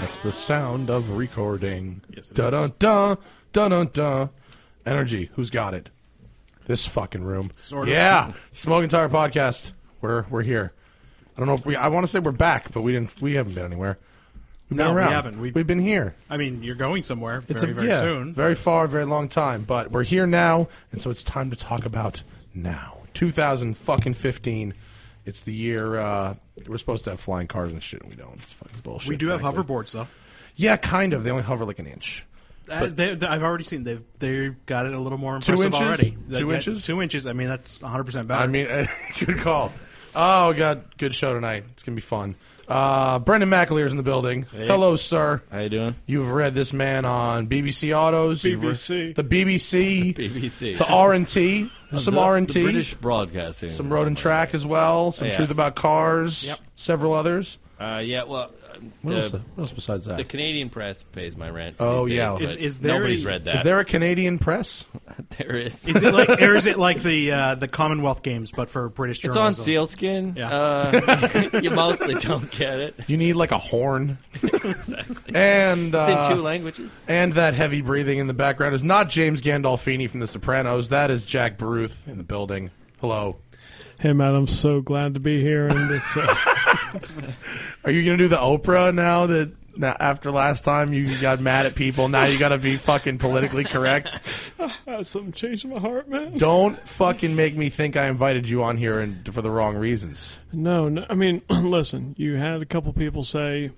That's the sound of recording. Yes, it Dun dun dun dun dun dun. Energy. Who's got it? This fucking room. Sort of. yeah. Smoke and Tire podcast. We're we're here. I don't know if we. I want to say we're back, but we didn't. We haven't been anywhere. We've been No, we around. haven't. We- have been here. I mean, you're going somewhere It's very, a, very yeah, soon. Very far, very long time, but we're here now, and so it's time to talk about now. 2000 fucking 15. It's the year uh, we're supposed to have flying cars and shit, and we don't. It's fucking bullshit. we do have frankly. hoverboards, though. Yeah, kind of. They only hover like an inch. Uh, they, they- I've already seen they've they've got it a little more Two impressive inches? already. Two That- that- inches? Two inches. I mean, that's 100 percent better. I mean, good call. Oh, we got good show tonight. It's gonna be fun. Uh, Brendan McAleer's in the building. Hello, sir. How you doing? You've read this man on BBC Autos, You've re- BBC. the BBC, BBC. the R and T, some The- R and the T, British Broadcasting. some Road and Track as well, some Yeah. Truth About Cars, Yep. several others. Uh, yeah, well, What, else, the, what else besides that? the Canadian press pays my rent. Oh, these yeah. days, Is- but is there nobody's a- read that? Is there a Canadian press? there is. is it like or is it like the uh, the Commonwealth Games, but for British it's journalism? on sealskin. Yeah. Uh, you mostly don't get it. You need like a horn exactly. and uh, It's in two languages. And that heavy breathing in the background is not James Gandolfini from The Sopranos. That is Jack Baruth in the building. Hello. Hey, man, I'm so glad to be here. And it's, uh, Are you gonna do the Oprah now that now after last time you got mad at people? Now you gotta be fucking politically correct. something changed my heart, man. Don't fucking make me think I invited you on here and for the wrong reasons. No, no I mean, listen, you had a couple people say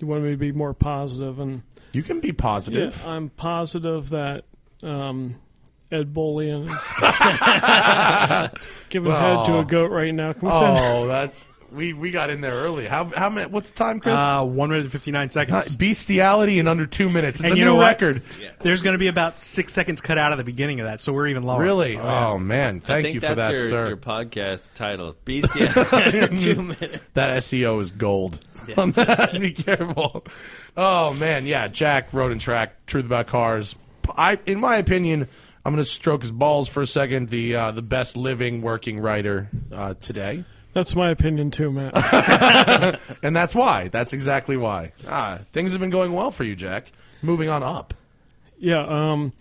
you wanted me to be more positive, and You can be yeah, positive. I'm positive that um, Ed Bullion is giving head to Well. a goat right now. Can we say that? Oh, that's we we got in there early. How how many? What's the time, Chris? uh, one minute and 59 Uh, seconds. bestiality in under two minutes. It's And a you new know what? record. There's going to be about six seconds cut out of the beginning of that, so we're even lower. Really? Oh, Oh, yeah. man, I thank think you for that's that, your, sir. your podcast title. BCI. two minutes. That SEO is gold. On that, be careful. Oh man, yeah. Jack Road and Track, Truth About Cars. I, in my opinion, I'm going to stroke his balls for a second. The uh, the best living working writer uh, today, That's my opinion, too, man. and that's why. That's exactly why. Ah, things have been going well for you, Jack. Moving on up. yeah, um,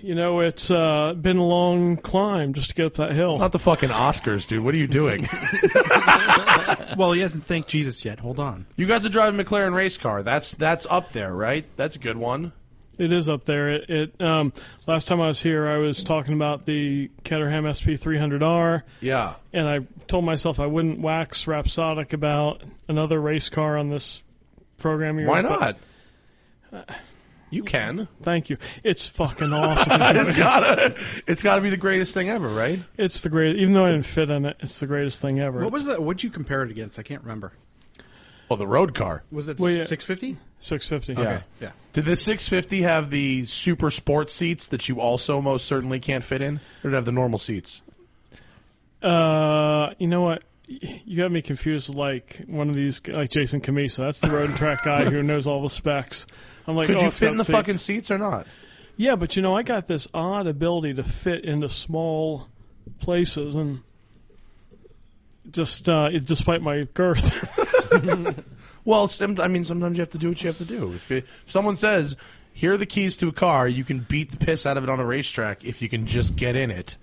you know, it's uh, been a long climb just to get up that hill. It's not the fucking Oscars, dude. What are you doing? Well, he hasn't thanked Jesus yet. Hold on. you got to drive a McLaren race car. That's that's up there, right? That's a good one. It is up there. It, it um, last time I was here, I was talking about the Caterham SP300R, Yeah. and I told myself I wouldn't wax rhapsodic about another race car on this program. Here, Why not? You can. Thank you. It's fucking awesome. it's gotta it's gotta be the greatest thing ever, right? it's the greatest. Even though I didn't fit in it, it's the greatest thing ever. What was It's that? What'd you compare it against? I can't remember. Well, the road car. Was it Well, yeah. 650? 650. Yeah. Yeah. Did the 650 have the super sports seats that you also most certainly can't fit in, or did it have the normal seats? Uh, you know what? You got me confused. with, Like one of these, like Jason Camisa. That's the road and track guy who knows all the specs. I'm like, Could oh, you it's fit got in the seats. fucking seats or not? Yeah, but you know, I got this odd ability to fit into small places, and just uh, it, despite my girth, Well, some, I mean, sometimes you have to do what you have to do. If, it, if someone says, "Here are the keys to a car," you can beat the piss out of it on a racetrack if you can just get in it.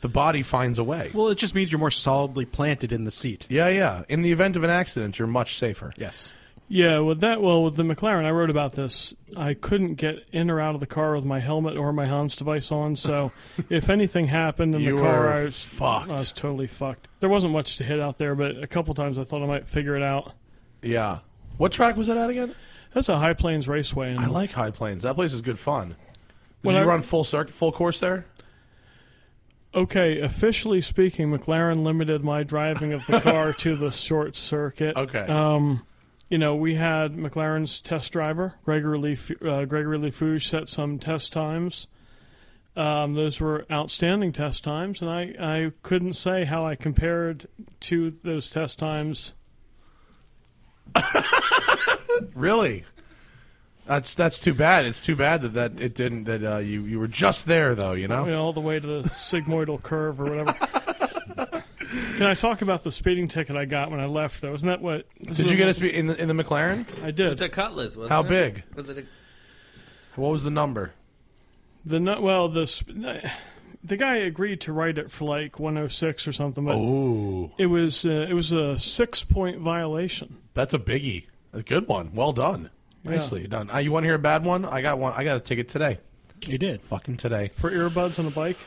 The body finds a way. Well, it just means you're more solidly planted in the seat. yeah, yeah. In the event of an accident, you're much safer. Yes. yeah, with that, well, with the McLaren, I wrote about this. I couldn't get in or out of the car with my helmet or my Hans device on, so if anything happened in You the car, were I was fucked. I was totally fucked. There wasn't much to hit out there, but a couple times I thought I might figure it out. Yeah. What track was that at again? That's a High Plains Raceway. And I like High Plains. That place is good fun. Did When you I- run full circuit, full course there? okay, officially speaking, McLaren limited my driving of the car to the short circuit. Okay. Um, you know, we had McLaren's test driver, Gregory Lef- uh, Gregory Lefouge, set some test times. Um, those were outstanding test times, and I, I couldn't say how I compared to those test times. Really? That's that's too bad. It's too bad that, that it didn't that uh, you you were just there though. You you know. know, all the way to the sigmoidal curve or whatever. Can I talk about the speeding ticket I got when I left, though? Isn't that what? Did you get a speed in the in the McLaren? I It did. was a Cutlass, wasn't How it? big? Was it a What was the number? The nu- well, the sp- the guy agreed to write it for like 106 or something, but Oh, it was uh, it was a six point violation. that's a biggie. A good one. Well done. Yeah. Nicely done. Uh, you want to hear a bad one? I got one. I got a ticket today. You did. Fucking today. for earbuds on a bike.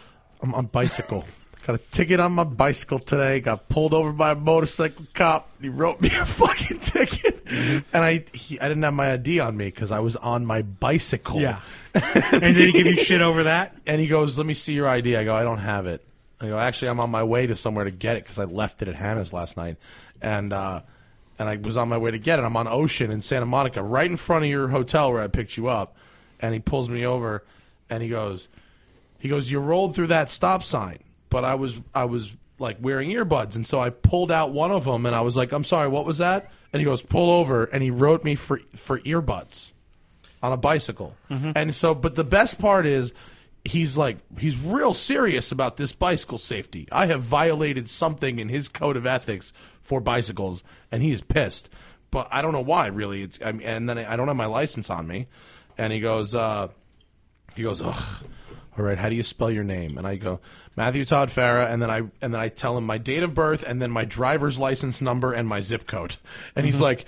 I'm on bicycle. Got a ticket on my bicycle today. Got pulled over by a motorcycle cop. He wrote me a fucking ticket, and I he, I didn't have my ID on me because I was on my bicycle. Yeah. And did he give you shit over that? and he goes, "Let me see your ID." I go, "I don't have it." I go, "Actually, I'm on my way to somewhere to get it because I left it at Hannah's last night, and uh, and I was on my way to get it. I'm on Ocean in Santa Monica, right in front of your hotel where I picked you up." And he pulls me over, and he goes, "He goes, you rolled through that stop sign, but I was I was like wearing earbuds, and so I pulled out one of them, and I was like, "I'm sorry, what was that?" And he goes, "Pull over," and he wrote me for for earbuds on a bicycle. And so, but the best part is he's like he's real serious about this bicycle safety. I have violated something in his code of ethics for bicycles, and he is pissed. But I don't know why, really. It's I mean, and then I, I don't have my license on me, and he goes, uh, he goes, ugh. All right, how do you spell your name? And I go Matthew Todd Farah, and then I and then I tell him my date of birth, and then my driver's license number and my zip code, and he's like.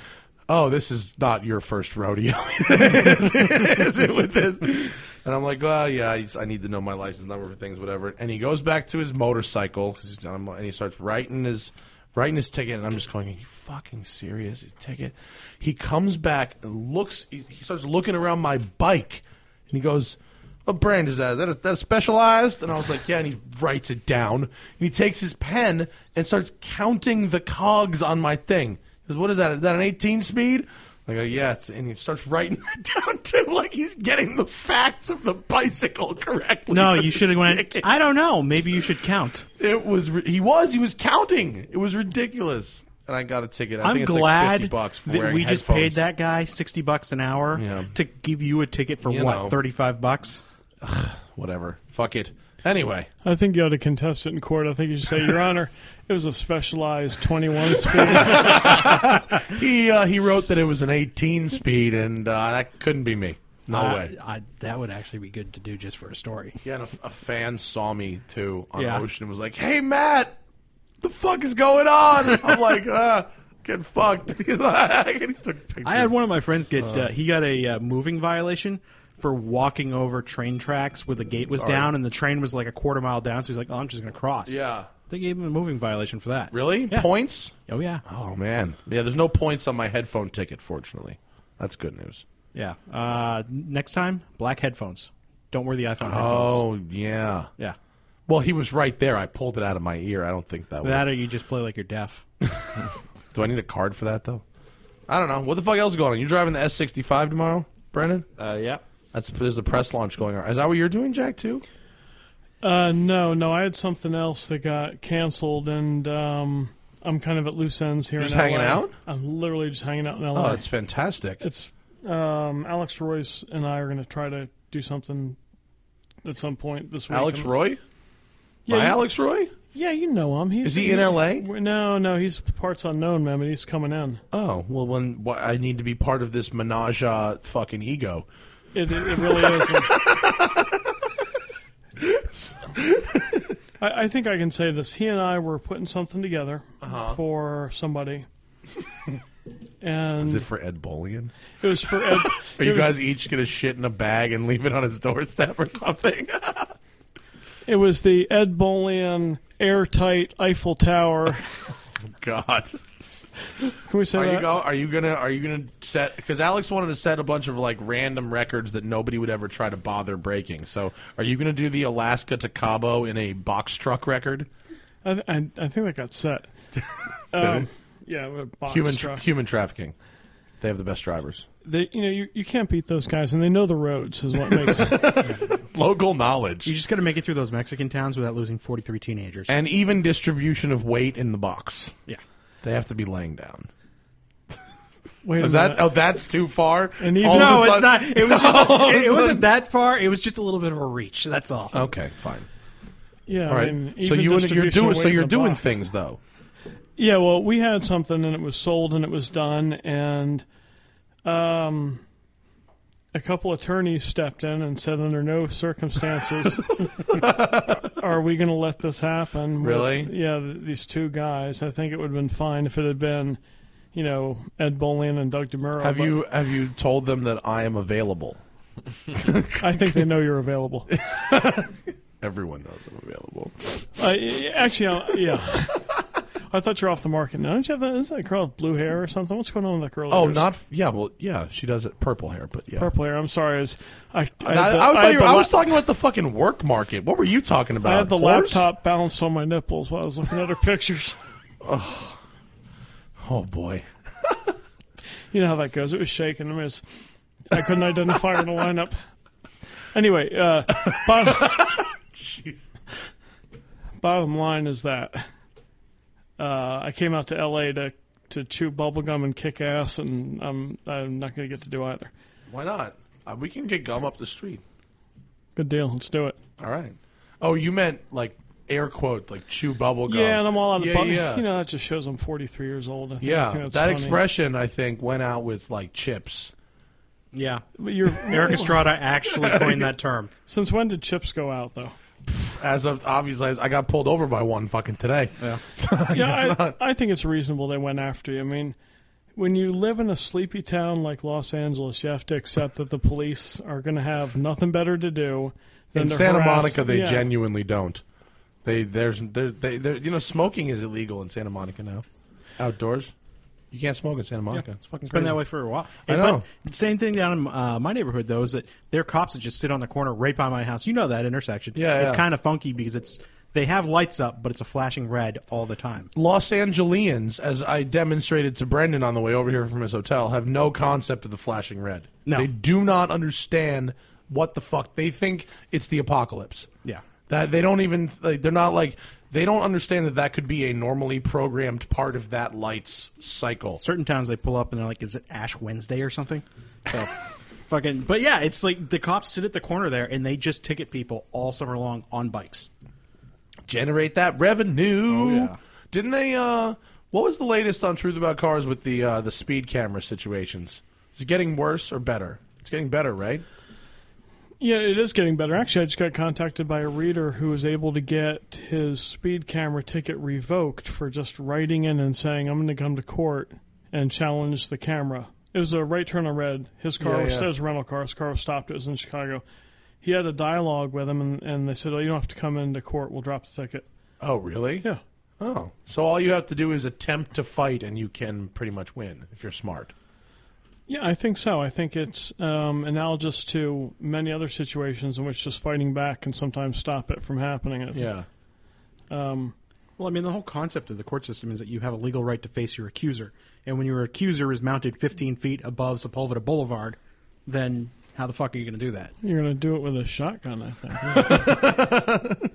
Oh, this is not your first rodeo, is, it- is it? With this, and I'm like, well, yeah, I, I need to know my license number for things, whatever. And he goes back to his motorcycle, 'cause he's- I'm- and he starts writing his writing his ticket, and I'm just going, Are you fucking serious? His ticket. He comes back and looks. He, he starts looking around my bike, and he goes, "What brand is that? Is that, a, that a Specialized?" And I was like, "Yeah." And he writes it down, and he takes his pen and starts counting the cogs on my thing. He goes, "What is that? Is that an 18 speed?" I go, "Yeah," it's- and he starts writing that down too, like he's getting the facts of the bicycle correctly. No, with you his should have went. ticket. I don't know. Maybe you should count. It was ri- he was he was counting. It was ridiculous. And I got a ticket. I I'm think it's glad like 50 bucks for that wearing we just paid headphones. that guy sixty bucks an hour Yeah. to give you a ticket for You what know. thirty five bucks. Whatever. Fuck it. Anyway, I think you ought to contest it in court. I think you should say, Your Honor, it was a specialized 21 speed. he uh, he wrote that it was an 18 speed, and uh, that couldn't be me. No I- way. I, that would actually be good to do just for a story. Uh, Yeah, and a, a fan saw me too on Yeah. Ocean and was like, "Hey, Matt, the fuck is going on?" I'm like, uh, "Get fucked." He's like, he took pictures. I had one of my friends get uh, he got a uh, moving violation for walking over train tracks where the gate was Sorry. down and the train was like a quarter mile down. So he's like, "Oh, I'm just gonna cross." Yeah. They gave him a moving violation for that. Really? Yeah. Points? Oh yeah. Oh man. Yeah. There's no points on my headphone ticket, fortunately. That's good news. Yeah. Uh, next time, black headphones. Don't wear the iPhone headphones. Oh yeah. Yeah. Well, he was right there. I pulled it out of my ear. I don't think that. would- That or you just play like you're deaf. Do I need a card for that though? I don't know. What the fuck else is going on? You driving the S65 tomorrow, Brennan? uh, yeah. That's there's a press launch going on. Is that what you're doing, Jack? Too? uh, no, no, I had something else that got canceled, and um, I'm kind of at loose ends here. You're in just hanging LA. out? I'm literally just hanging out in Oh, LA. that's fantastic. it's um, Alex Royce and I are going to try to do something at some point this week. Alex I'm- Roy? Yeah, My you- Alex Roy? Yeah, you know him. He's Is he in L.A.? No, no, he's parts unknown, man, but he's coming in. Oh, well, when why, I need to be part of this menage a fucking ego. It, it, it really is. I, I think I can say this. He and I were putting something together Uh-huh. for somebody, and Is it, it for Ed Bullion? was for Ed. Are you it was- guys each gonna shit in a bag and leave it on his doorstep or something? It was the Ed Bolian airtight Eiffel Tower God. Can we say Are that? you go? Are you gonna? Are you gonna set? Because Alex wanted to set a bunch of like random records that nobody would ever try to bother breaking. So, are you gonna do the Alaska to Cabo in a box truck record? I, I, I think that got set. um, yeah, with a box human truck. human trafficking. They have the best drivers. They, you know, you, you can't beat those guys, and they know the roads is what makes. it. Local knowledge You just got to make it through those Mexican towns without losing 43 teenagers. and even distribution of weight in the box. Yeah. They have to be laying down. Wait a Is that? minute. Oh, that's too far. And even- All of a No, no, it's sudden- not. It was just. All of a it, it sudden- wasn't that far. It was just a little bit of a reach. That's all. Okay, fine. yeah, All right. I mean, so you even and- you're distribution doing weight so in you're the doing box. things though. Yeah, well, we had something and it was sold and it was done, and um, a couple attorneys stepped in and said, under no circumstances are we going to let this happen. with- Really? yeah, th- these two guys. I think it would have been fine if it had been, you know, Ed Bolin and Doug Demuro. Have but you have you told them that I am available? I think they know you're available. Everyone knows I'm available. Uh, y- actually, i yeah. I thought you're off the market now. Don't you have that? Is that girl with blue hair or something? What's going on with that girl? of Oh, yours? not yeah. Well, yeah, she does it purple hair, but yeah. purple hair. I'm sorry. Is I, I, had And I, the- I, was I talking- had the I la- was talking about the fucking work market. What were you talking about? I had the Horse? laptop balanced on my nipples while I was looking at her pictures. Oh boy. You know how that goes. It was shaking. I, mean, it's- I couldn't identify her in the lineup. Anyway, uh, bottom, bottom line is that uh, I came out to L.A. to to chew bubblegum and kick ass, and I'm I'm not going to get to do either. Why not? Uh, we can get gum up the street. Good deal. Let's do it. All right. Oh, you meant like air quote like chew bubble gum. Yeah, and I'm all out of Yeah, bu- yeah. You know, that just shows I'm 43 years old. I think, I Yeah, think that's that funny. expression I think went out with like chips. Yeah. But You're, Eric Estrada actually coined that term. Since when did chips go out, though? As of obviously, I got pulled over by one fucking today. Yeah. So I guess yeah, I, not. I think it's reasonable they went after you. I mean, when you live in a sleepy town like Los Angeles, you have to accept that the police are going to have nothing better to do than In to Santa harass- Monica, they yeah. genuinely don't. They there's there they there you know smoking is illegal in Santa Monica now. Outdoors, you can't smoke in Santa Monica. It's fucking It's been crazy. that way for a while. I Hey, but know. the same thing down in uh, my neighborhood though is that there are cops that just sit on the corner right by my house. You know that intersection. Yeah, It's yeah. kind of funky because it's they have lights up, but it's a flashing red all the time. Los Angeles, as I demonstrated to Brendan on the way over here from his hotel, have no concept of the flashing red. No. They do not understand what the fuck. They think it's the apocalypse. Yeah. That they don't even like, they're not like they don't understand that that could be a normally programmed part of that light's cycle. Certain towns they pull up and they're like, "Is it Ash Wednesday or something?" So, fucking. But yeah, it's like the cops sit at the corner there and they just ticket people all summer long on bikes. Generate that revenue. Oh, yeah. Didn't they uh what was the latest on Truth About Cars with the uh the speed camera situations? Is it getting worse or better? It's getting better, right? Yeah, it is getting better. Actually, I just got contacted by a reader who was able to get his speed camera ticket revoked for just writing in and saying, "I'm going to come to court and challenge the camera." It was a right turn on red. His car Yeah, was, yeah. it was a rental car. His car was stopped. It was in Chicago. He had a dialogue with him, and, and they said, "Oh, you don't have to come into court. We'll drop the ticket." Oh, really? Yeah. Oh. So all you have to do is attempt to fight and you can pretty much win if you're smart. Yeah, I think so. I think it's um, analogous to many other situations in which just fighting back can sometimes stop it from happening. Yeah. Um, Well, I mean, the whole concept of the court system is that you have a legal right to face your accuser, and when your accuser is mounted 15 feet above Sepulveda Boulevard, then how the fuck are you going to do that? you're going to do it with a shotgun, I think.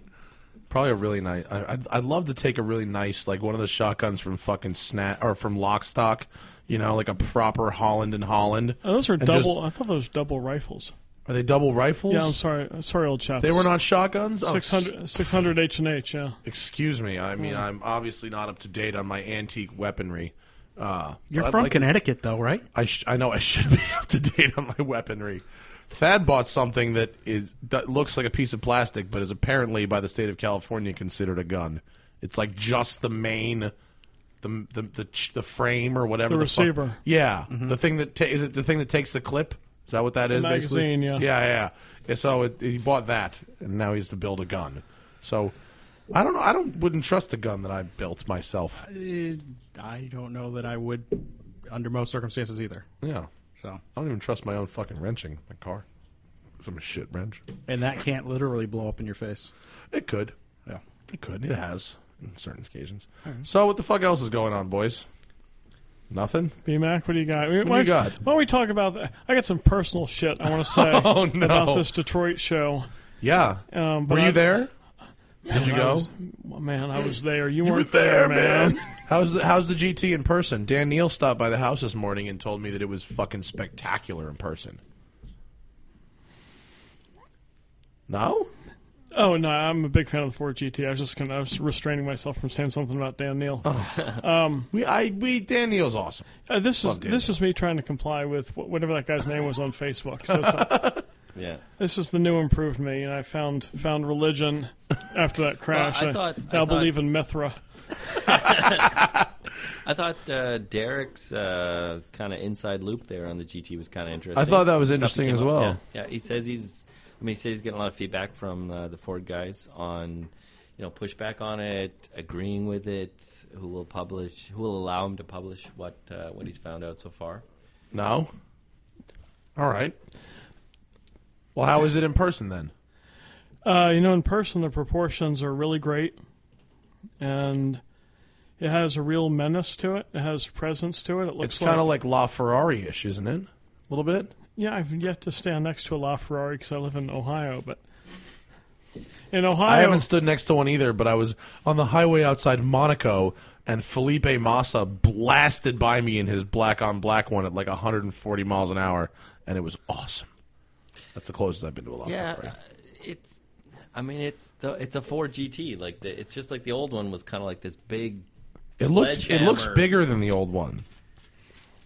Probably a really nice. I, I'd, I'd love to take a really nice, like one of those shotguns from fucking Snat or from Lockstock, you know, like a proper Holland and Holland. Oh, those are And double. I thought those were double rifles. Are they double rifles? Yeah, I'm sorry. I'm Sorry, old chap. They were not shotguns. Oh, 600, 600 H and H. Yeah. Excuse me. I mean, I'm obviously not up to date on my antique weaponry. Uh, You're but I'd from like- Connecticut, though, right? I, sh- I know I should be up to date on my weaponry. Thad bought something that is that looks like a piece of plastic, but is apparently by the state of California considered a gun. It's like just the main, the the the, ch- the frame or whatever. The fuck- receiver. yeah, the thing that ta- is it the thing that takes the clip. Is that what that is? magazine, basically? yeah. Yeah, yeah. And so it, he bought that, and now he's to build a gun. So I don't know. I don't wouldn't trust a gun that I built myself. Uh, I don't know that I would, under most circumstances, either. Yeah. So, I don't even trust my own fucking wrenching my car. Some shit wrench. and that can't literally blow up in your face. It could. Yeah. It could. It has in certain occasions. So what the fuck else is going on, boys? Nothing. B-Mac, what do you got? Why, What do you don't- got? why don't we talk about that? I got some personal shit I want to say Oh, no. about this Detroit show. Yeah. Um, but Were you I- there? Man, Did you I go? was- man, I was there. You, You weren't how's the How's the GT in person? Dan Neal stopped by the house this morning and told me that it was fucking spectacular in person. No. Oh no, I'm a big fan of the Ford GT. I was just gonna, I was restraining myself from saying something about Dan Neal. Oh, Um, We I we Dan Neal's awesome. uh, this is Love Dan this is me trying to comply with wh- whatever that guy's name was on Facebook. So it's not- Yeah. this is the new improved me, and I found found religion after that crash. Well, I thought- I now thought- believe in Mithra. I thought uh, Derek's uh, kind of inside loop there on the GT was kind of interesting. I thought that was Stuff interesting came as up, well. Yeah, yeah, he says he's. I mean, he says he's getting a lot of feedback from uh, the Ford guys on, you know, pushback on it, agreeing with it. Who will publish? Who will allow him to publish what uh, what he's found out so far? No. All right. Well, how is it in person then? Uh, you know, in person, the proportions are really great, and it has a real menace to it. It has presence to it. It looks it's like, kind of like La Ferrari-ish, isn't it? A little bit. yeah. I've yet to stand next to a LaFerrari because I live in Ohio, but in I, Ohio, haven't stood next to one either, but I was on the highway outside Monaco, and Felipe Massa blasted by me in his black-on-black one at like 140 miles an hour, and it was awesome. That's the closest I've been to a La yeah, Ferrari. it's. I mean, it's the, it's a Ford GT. Like the, it's just like the old one was kind of like this big. It looks it looks sledgehammer. bigger than the old one.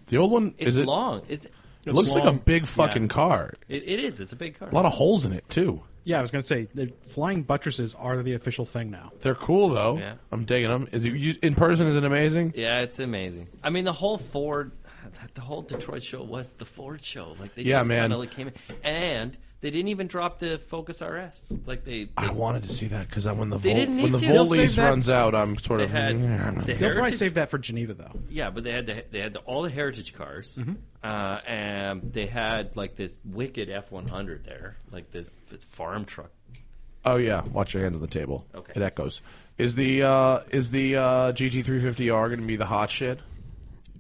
The old one It's is it, long. It's it looks like a long. big fucking car. it, it is. It's a big car. A lot of holes in it too. Yeah, I was going to say, the flying buttresses are the official thing now. They're cool though. Yeah. I'm digging them. Is it, you, in person? Is it amazing? Yeah, it's amazing. I mean, the whole Ford, the whole Detroit show was the Ford show. Like they Yeah, just man. kind of like came in, and they didn't even drop the Focus RS. Like they, I wanted to see that because when the They Vol- didn't when need the to. Vol They'll save lease that- runs out, I'm sort they of. had the They'll probably heritage. save that for Geneva, though. yeah, but they had the, they had the, all the heritage cars, Mm-hmm. uh, and they had like this wicked F100 there, like this farm truck. Oh yeah, watch your hand on the table. Okay. It echoes. Is the uh, is the uh, GT350R going to be the hot shit?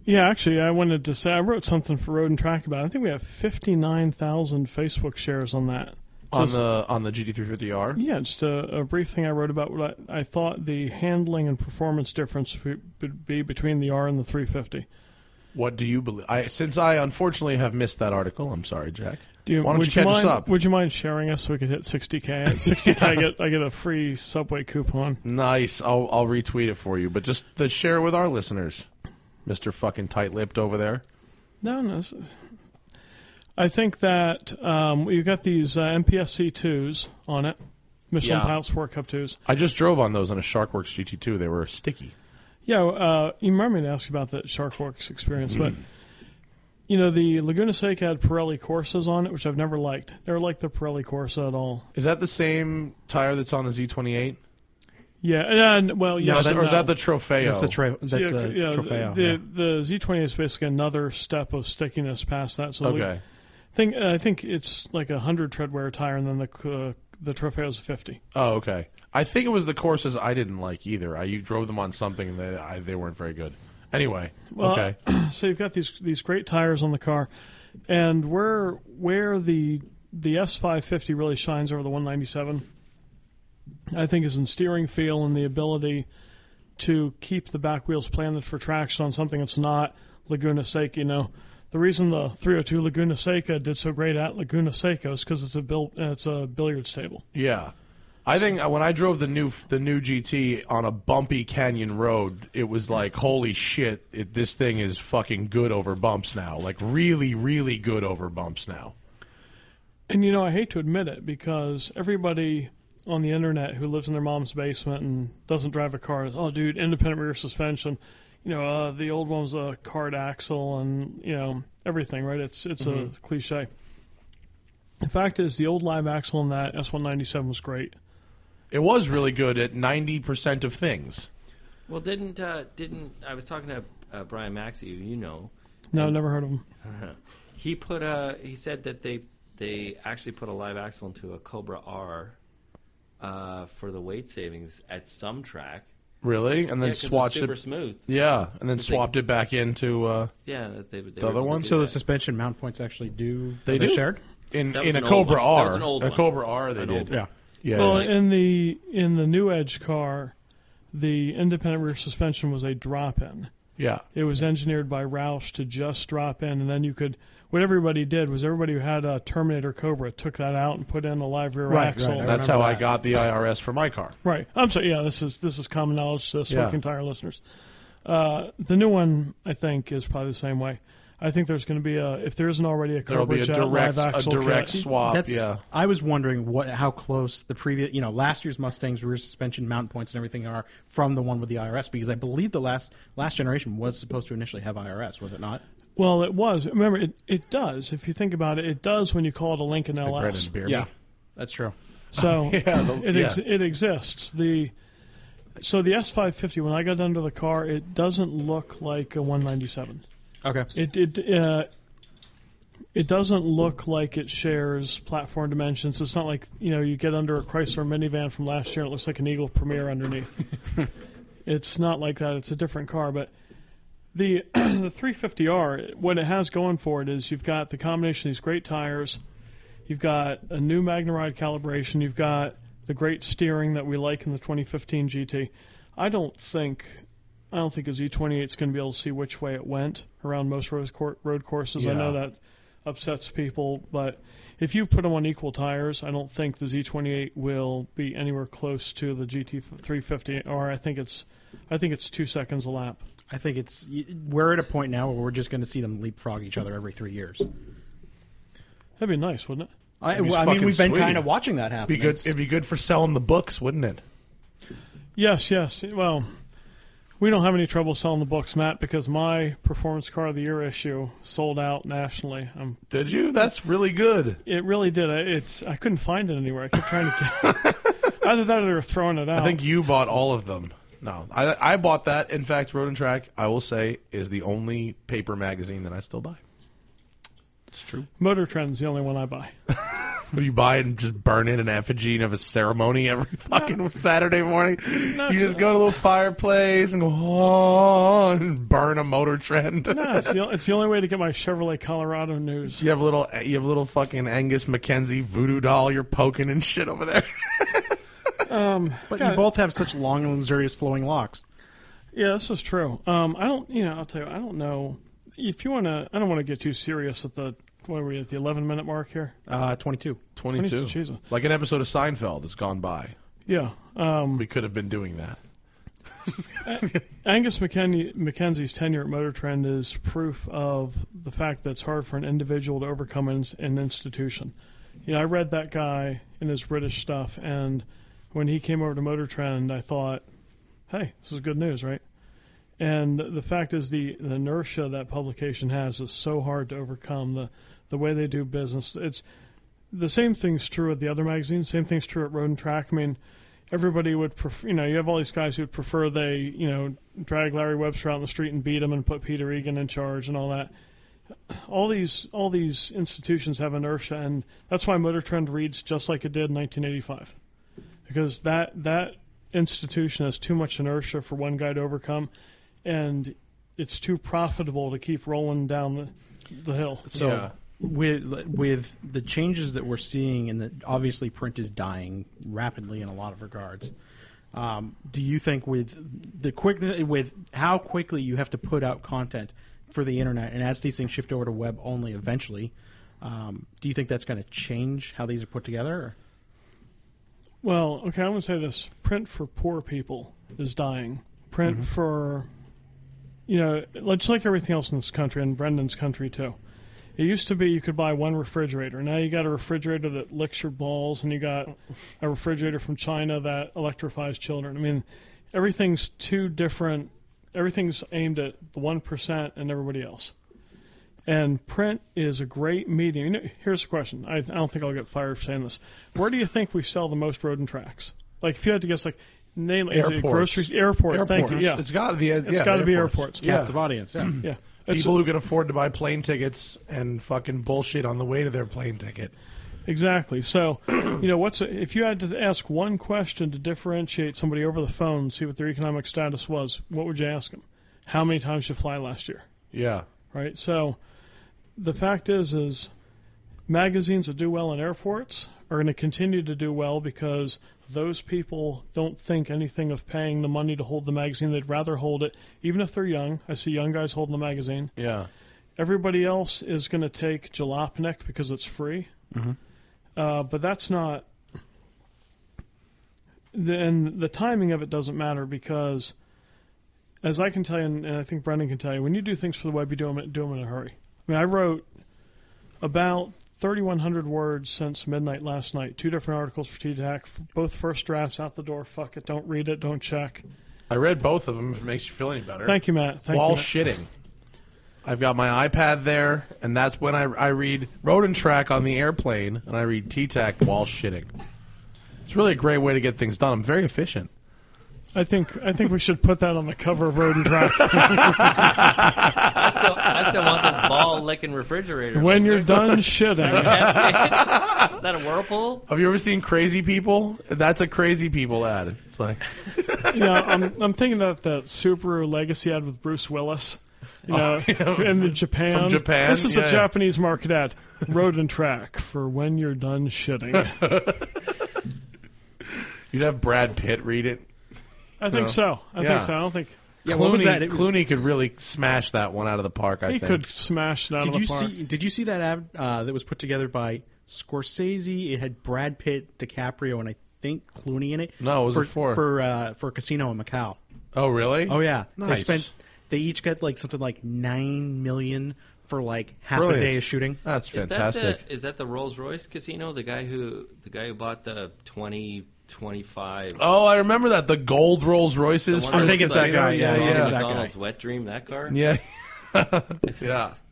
Yeah, actually, I wanted to say I wrote something for Road and Track about. It. I think we have fifty nine thousand Facebook shares on that. On Just- the on the GT350R, Yeah, just a, a brief thing I wrote about what I, I thought the handling and performance difference w- would be between the R and the 350. what do you believe? I since I unfortunately have missed that article. I'm sorry, Jack. Do you, Why don't would you catch us mind, up? Would you mind sharing us so we could hit 60k? At 60k, I get I get a free subway coupon. Nice. I'll I'll retweet it for you, but just to share it with our listeners, Mister fucking tight lipped over there. No, no. it's- I think that um, you got these uh, MPSC twos on it, Michelin Yeah. Pilot Sport Cup twos. I just drove on those on a Sharkworks GT2. They were sticky. Yeah, uh, you remember me to ask you about that Sharkworks experience, Mm-hmm. but you know the Laguna Seca had Pirelli Corsas on it, which I've never liked. Never liked the Pirelli Corsa at all. Is that the same tire that's on the Z28? Yeah, and, and well, yeah, or is that's- that the Trofeo? That's the, tra- that's yeah, the yeah, Trofeo. The, yeah. the Z20 is basically another step of stickiness past that. So okay. I think I think it's like a hundred treadwear tire, and then the uh, the Trofeo is fifty. Oh, okay. I think it was the courses I didn't like either. I you drove them on something and they I, they weren't very good. Anyway, Well, okay. so you've got these these great tires on the car, and where where the the S550 really shines over the 197, I think, is in steering feel and the ability to keep the back wheels planted for traction on something that's not Laguna Seca. You know, the reason the 302 Laguna Seca did so great at Laguna Seca is because it's a bil- it's a billiards table. Yeah. I think uh, when I drove the new the new GT on a bumpy canyon road, it was like holy shit, it, this thing is fucking good over bumps now. Like really really good over bumps now. And you know, I hate to admit it because everybody on the internet who lives in their mom's basement and doesn't drive a car is, oh, dude, independent rear suspension. You know, uh, the old one was a card axle and you know everything, right? It's it's a cliche. The fact is, the old live axle in that S197 was great. It was really good at 90% of things. Well, didn't uh, didn't I was talking to uh, Brian Maxey, who you know. No, never heard of him. he put a he said that they they actually put a live axle into a Cobra R uh, for the weight savings at some track. Really? And then Yeah, 'cause swatched it's super it. smooth. Yeah, and then It's like- swapped it back into uh, Yeah, that they, they The other one? So the suspension mount points actually do They are do. shared. in That was in a an old Cobra one. That R. was an old a one. Cobra R. They An old did. one. Yeah. Yeah. Well, in the in the new Edge car, the independent rear suspension was a drop in. yeah. It was engineered by Roush to just drop in, and then you could. What everybody did was everybody who had a Terminator Cobra took that out and put in a live rear Right, axle. right, I That's remember how I that. got the IRS for my car. Right. I'm sorry. Yeah, this is this is common knowledge to this Yeah. week entire listeners. Uh, the new one, I think, is probably the same way. I think there's going to be a if there isn't already a There'll Cobra be a Jet direct live a axle direct kit. swap. That's, yeah. I was wondering what how close the previous, you know, last year's Mustang's rear suspension mount points and everything are from the one with the IRS because I believe the last last generation was supposed to initially have IRS, was it not? Well, it was. Remember, it, it does. If you think about it, it does when you call it a Lincoln Oh, LS. Yeah, that's true. So Yeah, the- it ex- yeah. it exists. The so the S550 when I got under the car, it doesn't look like a 197. Okay. It it uh, it doesn't look like it shares platform dimensions. It's not like you know you get under a Chrysler minivan from last year and it looks like an Eagle Premier underneath. it's not like that. It's a different car, but. The the 350R, what it has going for it is you've got the combination of these great tires, you've got a new Magna Ride calibration, you've got the great steering that we like in the 2015 GT. I don't think I don't think a Z28 is going to be able to see which way it went around most road, cour road courses. I know Yeah. that upsets people, but if you put them on equal tires, I don't think the Z28 will be anywhere close to the GT350. Or I think it's I think it's two seconds a lap. I think it's y- we're at a point now where we're just going to see them leapfrog each other every three years. That'd be nice, wouldn't it? I, That'd be well, I mean, fucking we've been sweet. kind of watching that happen. Be good. It's- It'd be good for selling the books, wouldn't it? Yes, yes. Well, we don't have any trouble selling the books, Matt, because my performance car of the year issue sold out nationally. Um, Did you? That's really good. it really did. I- It's I couldn't find it anywhere. I kept trying to get. Either that or they were throwing it out. I think you bought all of them. No, I I bought that. In fact, Road and Track, I will say, is the only paper magazine that I still buy. It's true. Motor Trend's the only one I buy. What do you buy and just burn in an effigy and have a ceremony every fucking Saturday morning? No, you it's- just go to a little fireplace and go oh, and burn a motor trend. No, it's the, it's the only way to get my Chevrolet Colorado news. You have a little, you have a little fucking Angus Mackenzie voodoo doll you're poking and shit over there. Um, but God, you both have such long and luxurious flowing locks. Yeah, this is true. Um, I don't, you know, I'll tell you, I don't know if you want to. I don't want to get too serious at the what are we at the 11 minute mark here. Uh, 22. Twenty-two. Jesus. Like an episode of Seinfeld has gone by. Yeah. Um, We could have been doing that. Angus McKen- McKenzie's tenure at Motor Trend is proof of the fact that it's hard for an individual to overcome an, an institution. You know, I read that guy in his British stuff, and when he came over to Motor Trend, I thought, hey, this is good news, right? And the fact is, the, the inertia that publication has is so hard to overcome. The the way they do business, it's the same thing's true at the other magazines. Same thing's true at Road and Track. I mean, everybody would prefer. You know, you have all these guys who would prefer they, you know, drag Larry Webster out on the street and beat him and put Peter Egan in charge and all that. All these all these institutions have inertia, and that's why Motor Trend reads just like it did in 1985, because that that institution has too much inertia for one guy to overcome, and it's too profitable to keep rolling down the, the hill. So Yeah. with with the changes that we're seeing, and that obviously print is dying rapidly in a lot of regards. Um, do you think with the quick with how quickly you have to put out content for the internet, and as these things shift over to web only eventually, um, do you think that's going to change how these are put together? Or? Well, okay, I'm going to say this. Print for poor people is dying. Print for, you know, just like everything else in this country and Brendan's country too. It used to be you could buy one refrigerator. Now you got a refrigerator that licks your balls, and you got a refrigerator from China that electrifies children. I mean, everything's too different. Everything's aimed at the one percent and everybody else. And print is a great medium. You know, here's the question. I, I don't think I'll get fired for saying this. Where do you think we sell the most road and tracks? Like, if you had to guess, like, name is it Airports. grocery airport. Thank you. Airports. Yeah, It's got to be. It's It's gotta be airports. Yeah. Captive audience. Yeah. yeah. It's- People who can afford to buy plane tickets and fucking bullshit on the way to their plane ticket. Exactly. So, you know, what's if you had to ask one question to differentiate somebody over the phone, and see what their economic status was, what would you ask them? How many times did you fly last year? Yeah. Right. So, the fact is, is magazines that do well in airports are going to continue to do well because those people don't think anything of paying the money to hold the magazine. They'd rather hold it, even if they're young. I see young guys holding the magazine. Yeah. Everybody else is going to take Jalopnik because it's free. Mhm. Uh, but that's not. The, and the timing of it doesn't matter because, as I can tell you, and and I think Brendan can tell you, when you do things for the web, you do them, do 'em in a hurry. I mean, I wrote about 3,100 words since midnight last night, two different articles for TDAC, f- both first drafts out the door. Fuck it, don't read it, don't check. I read both of them. If it makes you feel any better. Thank you, Matt. Thank While you, Matt. shitting, I've got my iPad there, and that's when I I read Road and Track on the airplane, and I read T-Tac while shitting. It's really a great way to get things done. I'm very efficient. I think I think we should put that on the cover of Road and Track. I still, I still want this ball licking refrigerator. When you're done shitting, That's- Is that a whirlpool? Have you ever seen Crazy People? That's a Crazy People ad. It's like, you know, I'm, I'm thinking about that Subaru Legacy ad with Bruce Willis. You Oh, know, yeah. in the Japan. From Japan, This is yeah. a Japanese market ad. Road and track for when you're done shitting. um, you'd have Brad Pitt read it. I think so. I Yeah. think so. I don't think Yeah. Clooney, What was that? It was- Clooney could really smash that one out of the park. I he think. could smash that out Did of you the park. see? Did you see that ad uh, that was put together by Scorsese? It had Brad Pitt, DiCaprio, and I think Clooney in it. No, what was for it for? for uh, for Casino in Macau. Oh really? Oh yeah, Nice. they spent. They each got like something like nine million for like half Brilliant. a day of shooting. That's Is fantastic. that the is that the Rolls Royce casino? The guy who the guy who bought the twenty twenty five. Oh, I remember that the gold Rolls Royces. The one for I think the it's that casino. guy, yeah, yeah, yeah. yeah. that guy. McDonald's wet dream that car. Yeah. yeah.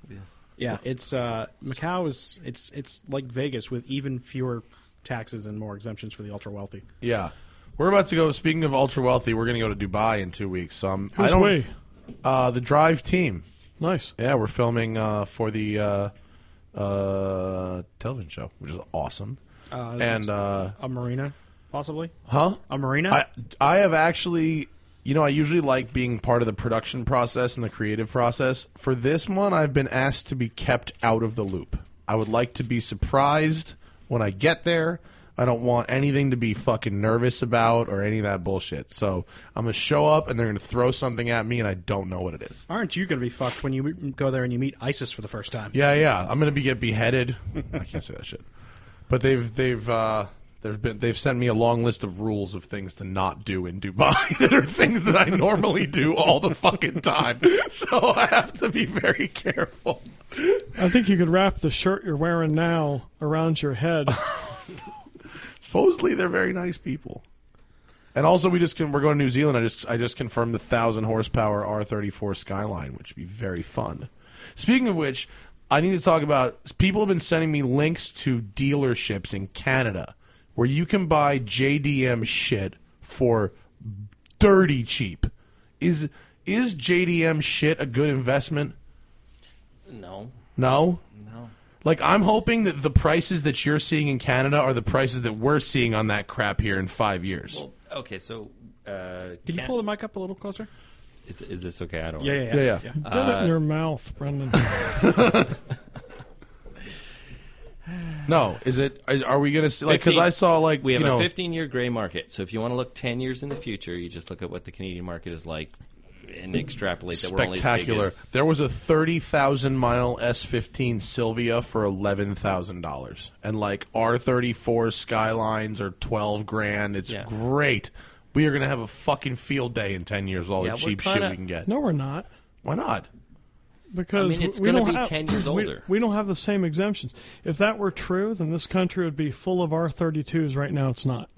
Yeah, it's uh, Macau is it's it's like Vegas with even fewer taxes and more exemptions for the ultra wealthy. Yeah. We're about to go. Speaking of ultra wealthy, we're going to go to Dubai in two weeks. So I'm, I Who's don't. we? Uh, the Drive team. Nice. Yeah, we're filming uh, for the uh, uh, television show, which is awesome. Uh, is And it uh, a marina, possibly huh? a marina. I I have actually, you know, I usually like being part of the production process and the creative process. For this one, I've been asked to be kept out of the loop. I would like to be surprised when I get there. I don't want anything to be fucking nervous about or any of that bullshit. So I'm gonna show up and they're gonna throw something at me and I don't know what it is. Aren't you going to be fucked when you m- go there and you meet ISIS for the first time? Yeah, yeah. I'm gonna be get beheaded. I can't say that shit. But they've they've uh, they've been they've sent me a long list of rules of things to not do in Dubai that are things that I normally do all the fucking time. So I have to be very careful. I think you could wrap the shirt you're wearing now around your head. Supposedly they're very nice people. And also we just can, we're going to New Zealand. I just I just confirmed the thousand horsepower R34 Skyline, which would be very fun. Speaking of which, I need to talk about people have been sending me links to dealerships in Canada where you can buy JDM shit for dirty cheap. Is is JDM shit a good investment? No, No. no. Like I'm hoping that the prices that you're seeing in Canada are the prices that we're seeing on that crap here in five years. Well, okay, so uh, Did you can- pull the mic up a little closer? Is, is this okay? I don't. Yeah, know. yeah, yeah. Yeah, yeah. Get it in your mouth, Brendan. no, is it? Is, are we gonna see, like? Because 15. I saw like We have you know, a 15 year gray market. So if you want to look 10 years in the future, you just look at what the Canadian market is like and extrapolate that we're only as big spectacular. as- There was a thirty thousand mile S fifteen Sylvia for eleven thousand dollars, and like R thirty four Skylines are twelve grand. It's Yeah. great. We are gonna have a fucking field day in ten years. with All Yeah, the we're cheap shit kinda- we can get. no, we're not. Why not? Because I mean, it's we gonna don't be have- 10 years we- older. We, don't have the same exemptions. If that were true, then this country would be full of R32s. Right now, it's not.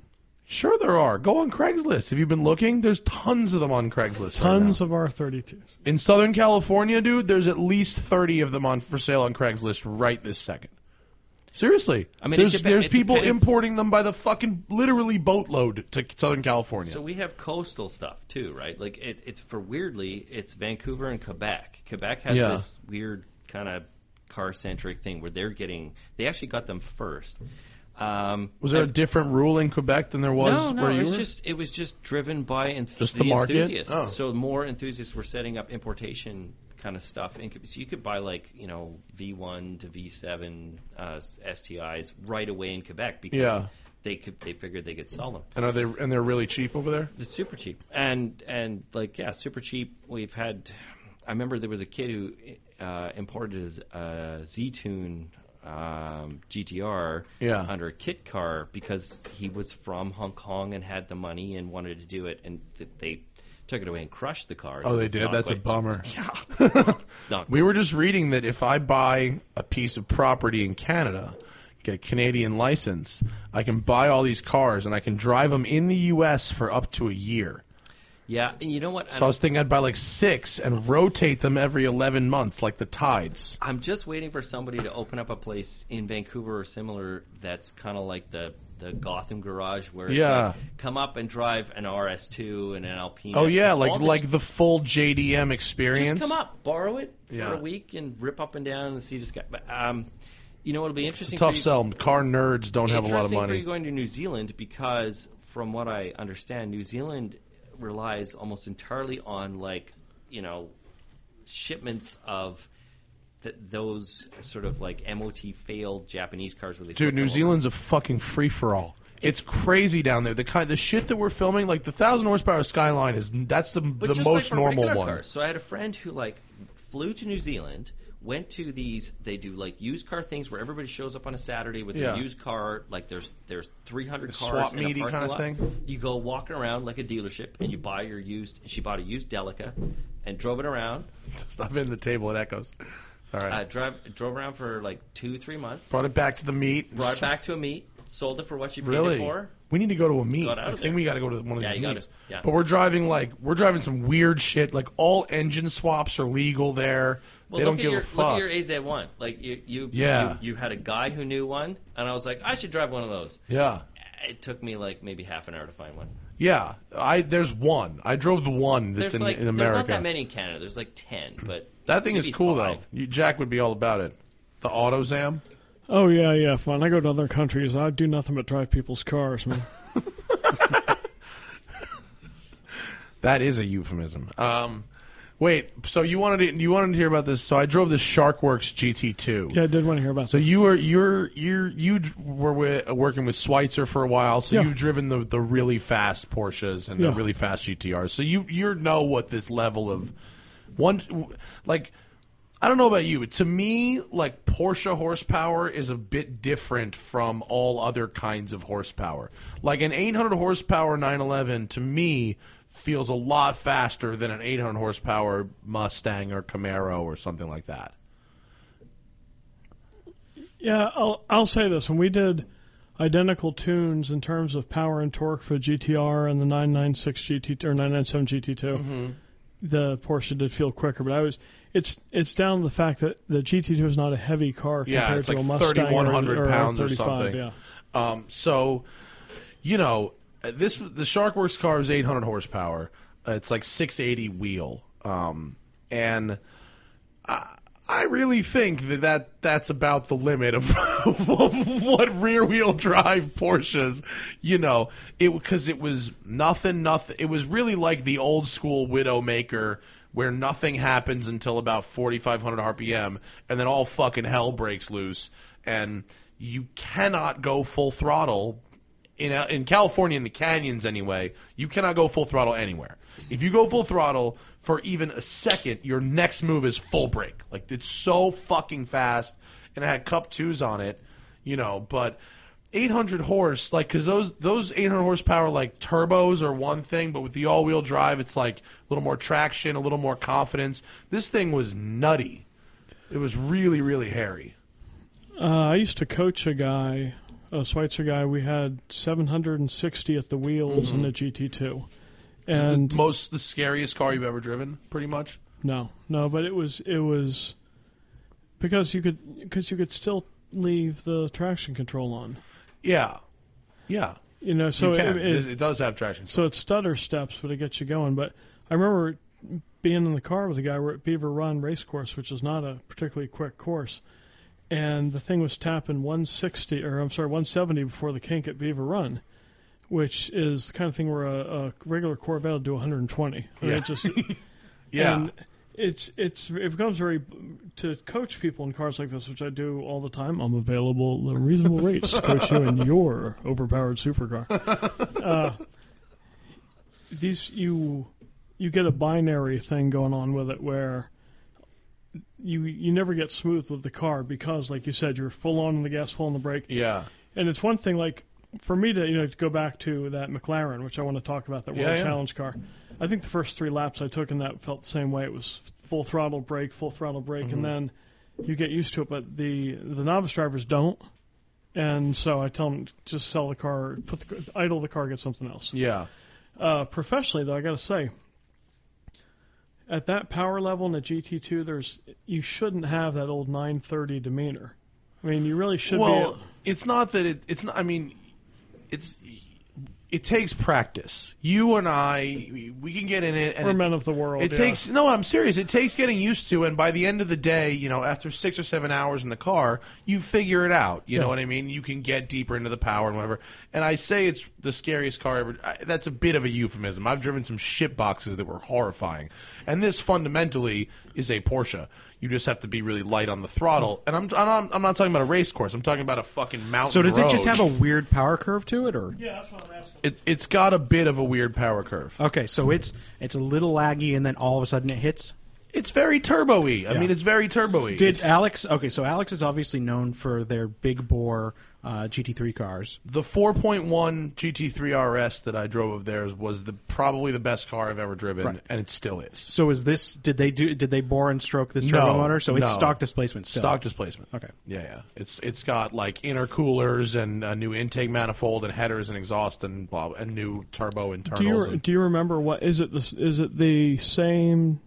Sure, there are. Go on Craigslist. Have you been looking? There's tons of them on Craigslist. right now. Tons of R32s. In Southern California, dude, there's at least 30 of them on for sale on Craigslist right this second. Seriously, I mean, it there's, depe- there's it people depends. importing them by the fucking literally boatload to Southern California. So we have coastal stuff too, right? Like it, it's for weirdly, it's Vancouver and Quebec. Quebec has Yeah. this weird kind of car centric thing where they're getting. They actually got them first. Um, was there a and- different rule in Quebec than there was no, no, where you it's were? just it was just driven by enth- Just the market? enthusiasts. Oh. So more enthusiasts were setting up importation kind of stuff. in- So you could buy like you know V1 to V7 uh, STIs right away in Quebec because Yeah. they could they figured they could sell them. and are they and they're really cheap over there? It's super cheap, and and like yeah, super cheap. We've had. I remember there was a kid who uh, imported his uh, Z-Tune um, GTR Yeah. under a kit car because he was from Hong Kong and had the money and wanted to do it, and th- they took it away and crushed the car. Oh, they It's did. not That's a quite- bummer. Yeah, not We were just reading that if I buy a piece of property in Canada, get a Canadian license, I can buy all these cars and I can drive them in the U.S. for up to a year. yeah, and you know what? So I was thinking I'd buy like six and rotate them every 11 months, like the tides. I'm just waiting for somebody to open up a place in Vancouver or similar that's kind of like the the Gotham Garage where it's Yeah. like, come up and drive an RS2 and an Alpina. Oh yeah, Just all like this- like the full JDM experience. just come up, borrow it for Yeah. a week and rip up and down and see this guy. But um, you know it'll be interesting. Tough for you, sell. Car nerds don't have a lot of interesting for you money. going to New Zealand because from what I understand, New Zealand relies almost entirely on like you know shipments of. Th- those sort of like MOT failed Japanese cars where they flip Dude, them New over. Zealand's a fucking free for all. It's crazy down there. The kind, the shit that we're filming, like the thousand horsepower Skyline, is that's the But the just most like for normal regular one. Cars. So I had a friend who like flew to New Zealand, went to these they do like used car things where everybody shows up on a Saturday with Yeah. their used car. Like there's there's 300 cars swap in a meety parking kinda lot. thing? You go walking around like a dealership and you buy your used. She bought a used Delica and drove it around. Stop in the table. It echoes. It's all right. Uh, drive drove around for like two three months. Brought it back to the meat. Brought it back to a meet. Sold it for what she paid Really? it for. We need to go to a meet. Got out I of think there. we got to go to one of Yeah, these you gotta- meets. yeah. But we're driving like we're driving some weird shit. Like all engine swaps are legal there. Well, they look don't at give your, a Look fuck. at your AZ1. Like you, you, Yeah. you, you had a guy who knew one, and I was like, I should drive one of those. yeah, It took me like maybe half an hour to find one. yeah. I there's one. I drove the one that's There's in, like in America. there's not that many in Canada. There's like ten, but That thing is maybe cool five. though. You, Jack would be all about it. The AutoZam. Oh yeah, yeah, fun. I go to other countries. I do nothing but drive people's cars, man. That is a euphemism. Um, wait. So you wanted to, you wanted to hear about this? So I drove the Sharkworks GT2. Yeah, I did want to hear about So this. you were you're you're you d- were with, working with Schweitzer for a while, so Yeah. you've driven the the really fast Porsches and Yeah. the really fast GTRs. So you you know what this level of one like I don't know about you, but to me like Porsche horsepower is a bit different from all other kinds of horsepower. Like an 800 horsepower 911 to me feels a lot faster than an 800 horsepower Mustang or Camaro or something like that. Yeah, I'll I'll say this. When we did identical tunes in terms of power and torque for GTR and the 996 GT or 997 GT2, Mm-hmm. the Porsche did feel quicker. But I was it's it's down to the fact that the GT2 is not a heavy car Yeah, compared it's to like a Mustang 3,100 or, pounds or 35, something. Yeah. Um, so, you know, this the Sharkworks car is 800 horsepower. Uh, it's like 680 wheel, um, and I, I really think that, that that's about the limit of, of what rear wheel drive Porsches. You know, it because it was nothing, nothing. It was really like the old school Widowmaker. Where nothing happens until about 4,500 RPM, and then all fucking hell breaks loose, and you cannot go full throttle in in California in the canyons anyway. You cannot go full throttle anywhere. If you go full throttle for even a second, your next move is full brake. Like it's so fucking fast, and it had Cup twos on it, you know. But 800 horse, like, cause those those 800 horsepower like turbos are one thing, but with the all wheel drive, it's like a little more traction, a little more confidence. This thing was nutty. It was really really hairy. Uh, I used to coach a guy, a Schweitzer guy. We had 760 at the wheels Mm-hmm. in the GT2, and the most the scariest car you've ever driven, pretty much. No, no, but it was it was because you could because you could still leave the traction control on. Yeah, yeah. You know, so you can. it, It, it, it does have traction. so it's stutter steps, but it gets you going. But I remember being in the car with a guy. We're at Beaver Run Race Course, which is not a particularly quick course, and the thing was tapping 160, or I'm sorry, 170 before the kink at Beaver Run, which is the kind of thing where a, a regular Corvette will do 120. I mean, Yeah. it just yeah, and it's it's it becomes very to coach people in cars like this, which I do all the time. I'm available at reasonable rates to coach you in your overpowered supercar. Uh, these you you get a binary thing going on with it where you you never get smooth with the car because, like you said, you're full on the gas, full on the brake, yeah, and it's one thing like for me to you know to go back to that McLaren, which I want to talk about that World Yeah, yeah. Challenge car. I think the first three laps I took in that felt the same way. It was full throttle brake, full throttle brake, Mm-hmm. and then you get used to it. But the the novice drivers don't, and so I tell them just sell the car, put the, idle the car, get something else. yeah, Uh, professionally, though, I got to say, at that power level in the GT2, there's you shouldn't have that old 930 demeanor. I mean, you really should well, be. it's not that it, it's not. I mean, it's it takes practice. You and I, we can get in it. And We're it- men of the world. It yeah. takes no, I'm serious. It takes getting used to, and by the end of the day, you know, after six or seven hours in the car, you figure it out. You know Yeah. what I mean? You can get deeper into the power and whatever. And I say it's the scariest car ever. I, that's a bit of a euphemism. I've driven some shit boxes that were horrifying, and this fundamentally is a Porsche. You just have to be really light on the throttle. And I'm I'm, not- I'm not talking about a race course. I'm talking about a fucking mountain. So does it just road. have a weird power curve to it, or Yeah, that's what I'm asking. It, it's got a bit of a weird power curve. okay? So it's it's a little laggy, and then all of a sudden it hits. It's very turbo-y. I mean, it's very turbo-y. Did Alex? Okay, so Alex is obviously known for their big bore uh, GT3 cars. the 4.1 GT3 RS that I drove of theirs was the probably the best car I've ever driven, Right. and it still is. So is this? Did they do? Did they bore and stroke this turbo No, motor? So it's no. stock displacement still. Stock displacement. Okay. Yeah, yeah. It's it's got like intercoolers and a new intake manifold and headers and exhaust and blah and new turbo internals. Do you and- do you remember what is it? This is it the same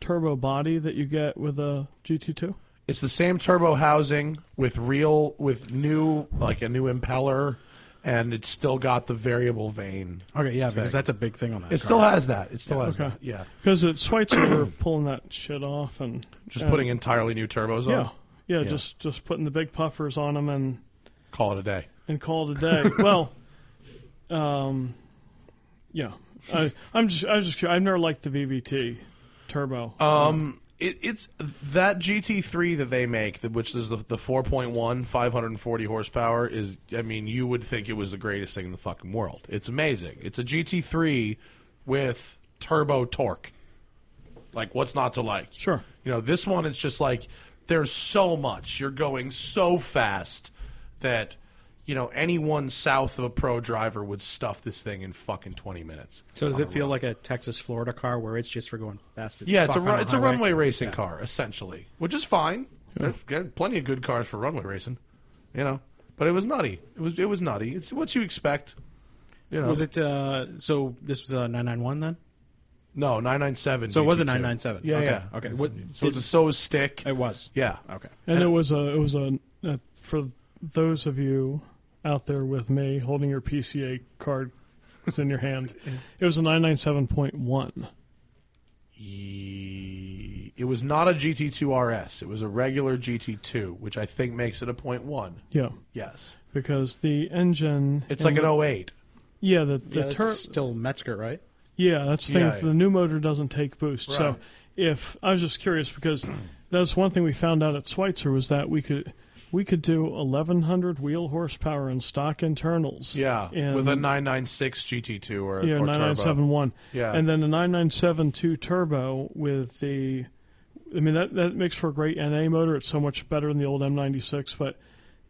turbo body that you get with a GT2? it's the same turbo housing with real with new like a new impeller, and it's still got the variable vane. Okay, yeah, because Thing. that's a big thing on that. It car. still has that. It still Yeah, has okay. that. Yeah. Because at Schweitzer were pulling that shit off and Just and- putting entirely new turbos on. yeah, yeah Yeah. just just putting the big puffers on them and Call it a day. and call it a day. well, um, yeah, I I'm just I was just curious. I've never liked the VVT turbo. Um, it, it's that GT3 that they make, that- which is the, the 4.1, 540 horsepower. Is I mean, you would think it was the greatest thing in the fucking world. It's amazing. It's a GT3 with turbo torque. Like, what's not to like? sure. You know, this one it's just like there's so much. You're going so fast that you know anyone south of a pro driver would stuff this thing in fucking 20 minutes. So does on a it feel run. like a Texas Florida car where it's just for going fast? As Yeah, it's a fuck on run, the it's a highway? runway racing Yeah. car essentially, which is fine. There's got plenty of good cars for runway racing, you know. But it was nutty. It was it was nutty. It's what you expect. You know, Was it? Uh, so this was a 991 then? no nine nine seven? So it was a 997. Yeah, Okay, yeah. okay. What, so it's Did- a so is stick. It was. Yeah, Okay. And And- it was a it was a, a for those of you out there with me holding your PCA card that's in your hand. It was a 997.1. E- it was not a GT two RS. It was a regular GT two, which I think makes it a point one. Yeah, Yes, because the engine it's like an 08. yeah the the Yeah, yeah, that's still Metzger, right? yeah that's Yeah, things yeah. the new motor doesn't take boost. So Right. if I was just curious because that's one thing we found out at Schweitzer was that we could we could do 1100 wheel horsepower in stock internals. Yeah, And- with a nine nine six GT two or, Yeah, or turbo. 9971. Yeah, and then the 9972 turbo with the I mean that that makes for a great NA motor. It's so much better than the old M96, but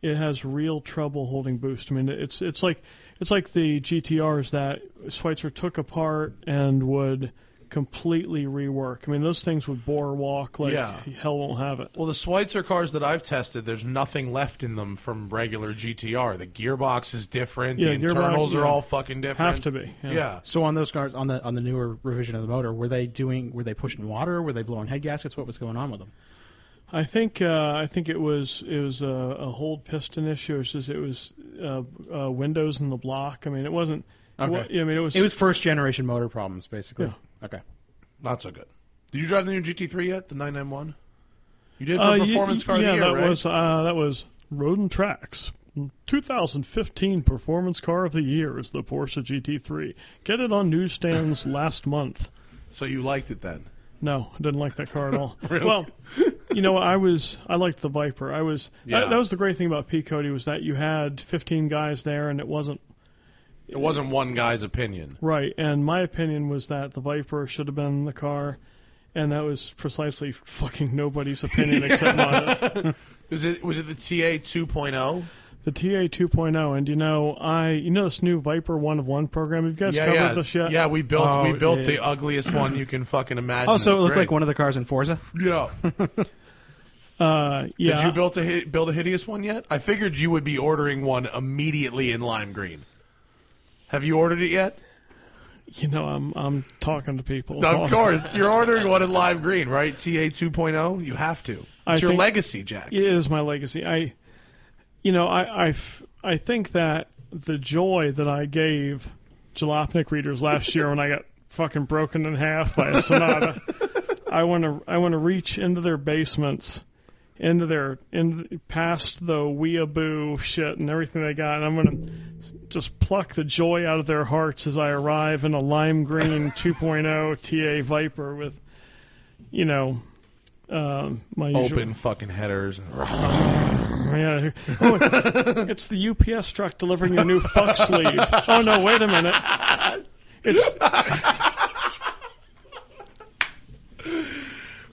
it has real trouble holding boost. I mean it's it's like it's like the GTRs that Schweitzer took apart and would completely rework. I mean those things would bore walk like Yeah. hell won't have it. Well, the Schweitzer cars that I've tested, there's nothing left in them from regular GTR. The gearbox is different. Yeah, the gearbox, internals are yeah. all fucking different. Have to be. Yeah. So on those cars, on the on the newer revision of the motor, were they doing? Were they pushing water? Were they blowing head gaskets? What was going on with them? I think uh, I think it was it was a, a hold piston issue. It's just it was uh, uh, windows in the block. I mean, it wasn't. Okay. It wa- I mean, it was. It was first generation motor problems, basically. Okay. Not so good. Did you drive the new GT3 yet? The 991. You did for uh, ye- performance car of yeah, the year, that right? was uh, that was Road and Tracks. 2015 Performance Car of the Year is the Porsche GT3. Get it on newsstands last month. So you liked it then? No, I didn't like that car at all. Really? Well, you know, I was I liked the Viper. I was Yeah. that, that was the great thing about P Cody was that you had 15 guys there and it wasn't It wasn't one guy's opinion. right. And my opinion was that the Viper should have been the car, and that was precisely fucking nobody's opinion except mine. Was it was it the TA 2.0? The TA 2.0, oh, and you know, I you know this new Viper One of One program. Have you guys covered yeah, this yet? yeah. We built Oh, we built yeah. the ugliest one you can fucking imagine. Oh, so it It's looked great. like one of the cars in Forza. Yeah. Uh, yeah. Did you build a hi- build a hideous one yet? I figured you would be ordering one immediately in lime green. Have you ordered it yet? You know, I'm I'm talking to people. so- Of course, you're ordering one in lime green, right? TA 2.0. oh? You have to. It's I your think- legacy, Jack. It is my legacy. I, you know, I I f- I think that the joy that I gave Jalopnik readers last year when I got fucking broken in half by a Sonata, I want to I want to reach into their basements, into their in past the weeaboo shit and everything they got, and I'm gonna s- just pluck the joy out of their hearts as I arrive in a lime green 2.0 TA Viper with, you know. Um, my usual, Open fucking headers. yeah. Oh, it's the UPS truck delivering your new fuck sleeve. Oh no, wait a minute. It's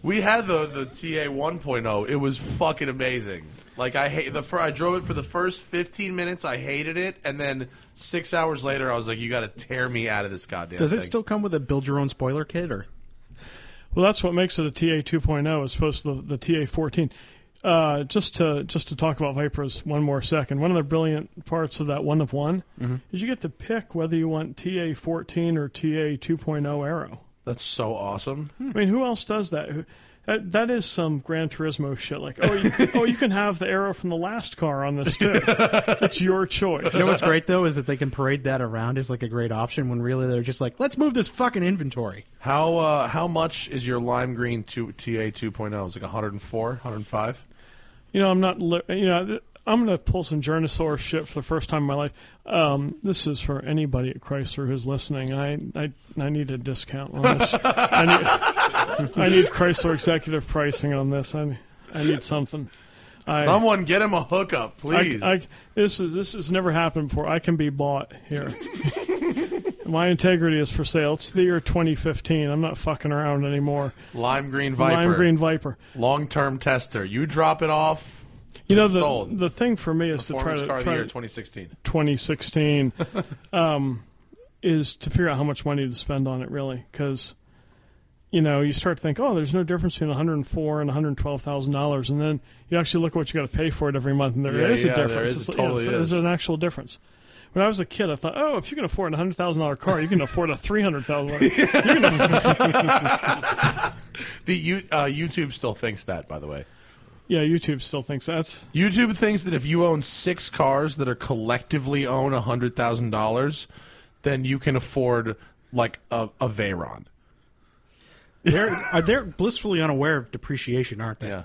We had the the TA 1.0. oh. It was fucking amazing. Like I hate the fir- I drove it for the first 15 minutes. I hated it, and then six hours later, I was like, "You got to tear me out of this goddamn." Does it thing." still come with a build your own spoiler kit or? well, that's what makes it a TA 2.0 as opposed to the, the TA 14. Uh, just to just to talk about Vipers one more second. One of the brilliant parts of that one of one is you get to pick whether you want TA 14 or TA 2.0 arrow. That's so awesome. oh I mean, who else does that? Who, that that is some Gran Turismo shit. Like, oh, you, oh, you can have the arrow from the last car on this too. it's your choice. You know what's great though is that they can parade that around as like a great option when really they're just like, let's move this fucking inventory. How uh, how much is your lime green two, TA 2.0? It's like 104, 105. You know, I'm not. Li- you know, th- I'm going to pull some Journosaur shit for the first time in my life. Um, this is for anybody at Chrysler who's listening. I I, I need a discount on this. I need, I need Chrysler executive pricing on this. I I need something. I, Someone get him a hookup, I, please. I, this is this has never happened before. I can be bought here. My integrity is for sale. It's the year 2015. I'm not fucking around anymore. lime green viper. Lime green Viper. Long term tester. You drop it off. You know It's the sold. the thing for me is to try Performance to car of the try year to 2016. 2016 um, is to figure out how much money to spend on it, really, because you know you start to think, oh, there's no difference between 104 and 112 thousand dollars, and then you actually look at what you got to pay for it every month, and there is Yeah, a yeah, there difference. is. It's- It yeah, it's- totally is. There's an actual difference. When I was a kid, I thought, oh, if you can afford a hundred thousand dollar car, you can afford a three hundred thousand. dollar The you, uh, YouTube still thinks that, by the way. Yeah, YouTube still thinks that's YouTube thinks that if you own six cars that are collectively own hundred thousand dollars, then you can afford like a, a Veyron. They're are uh, they're blissfully unaware of depreciation, aren't they?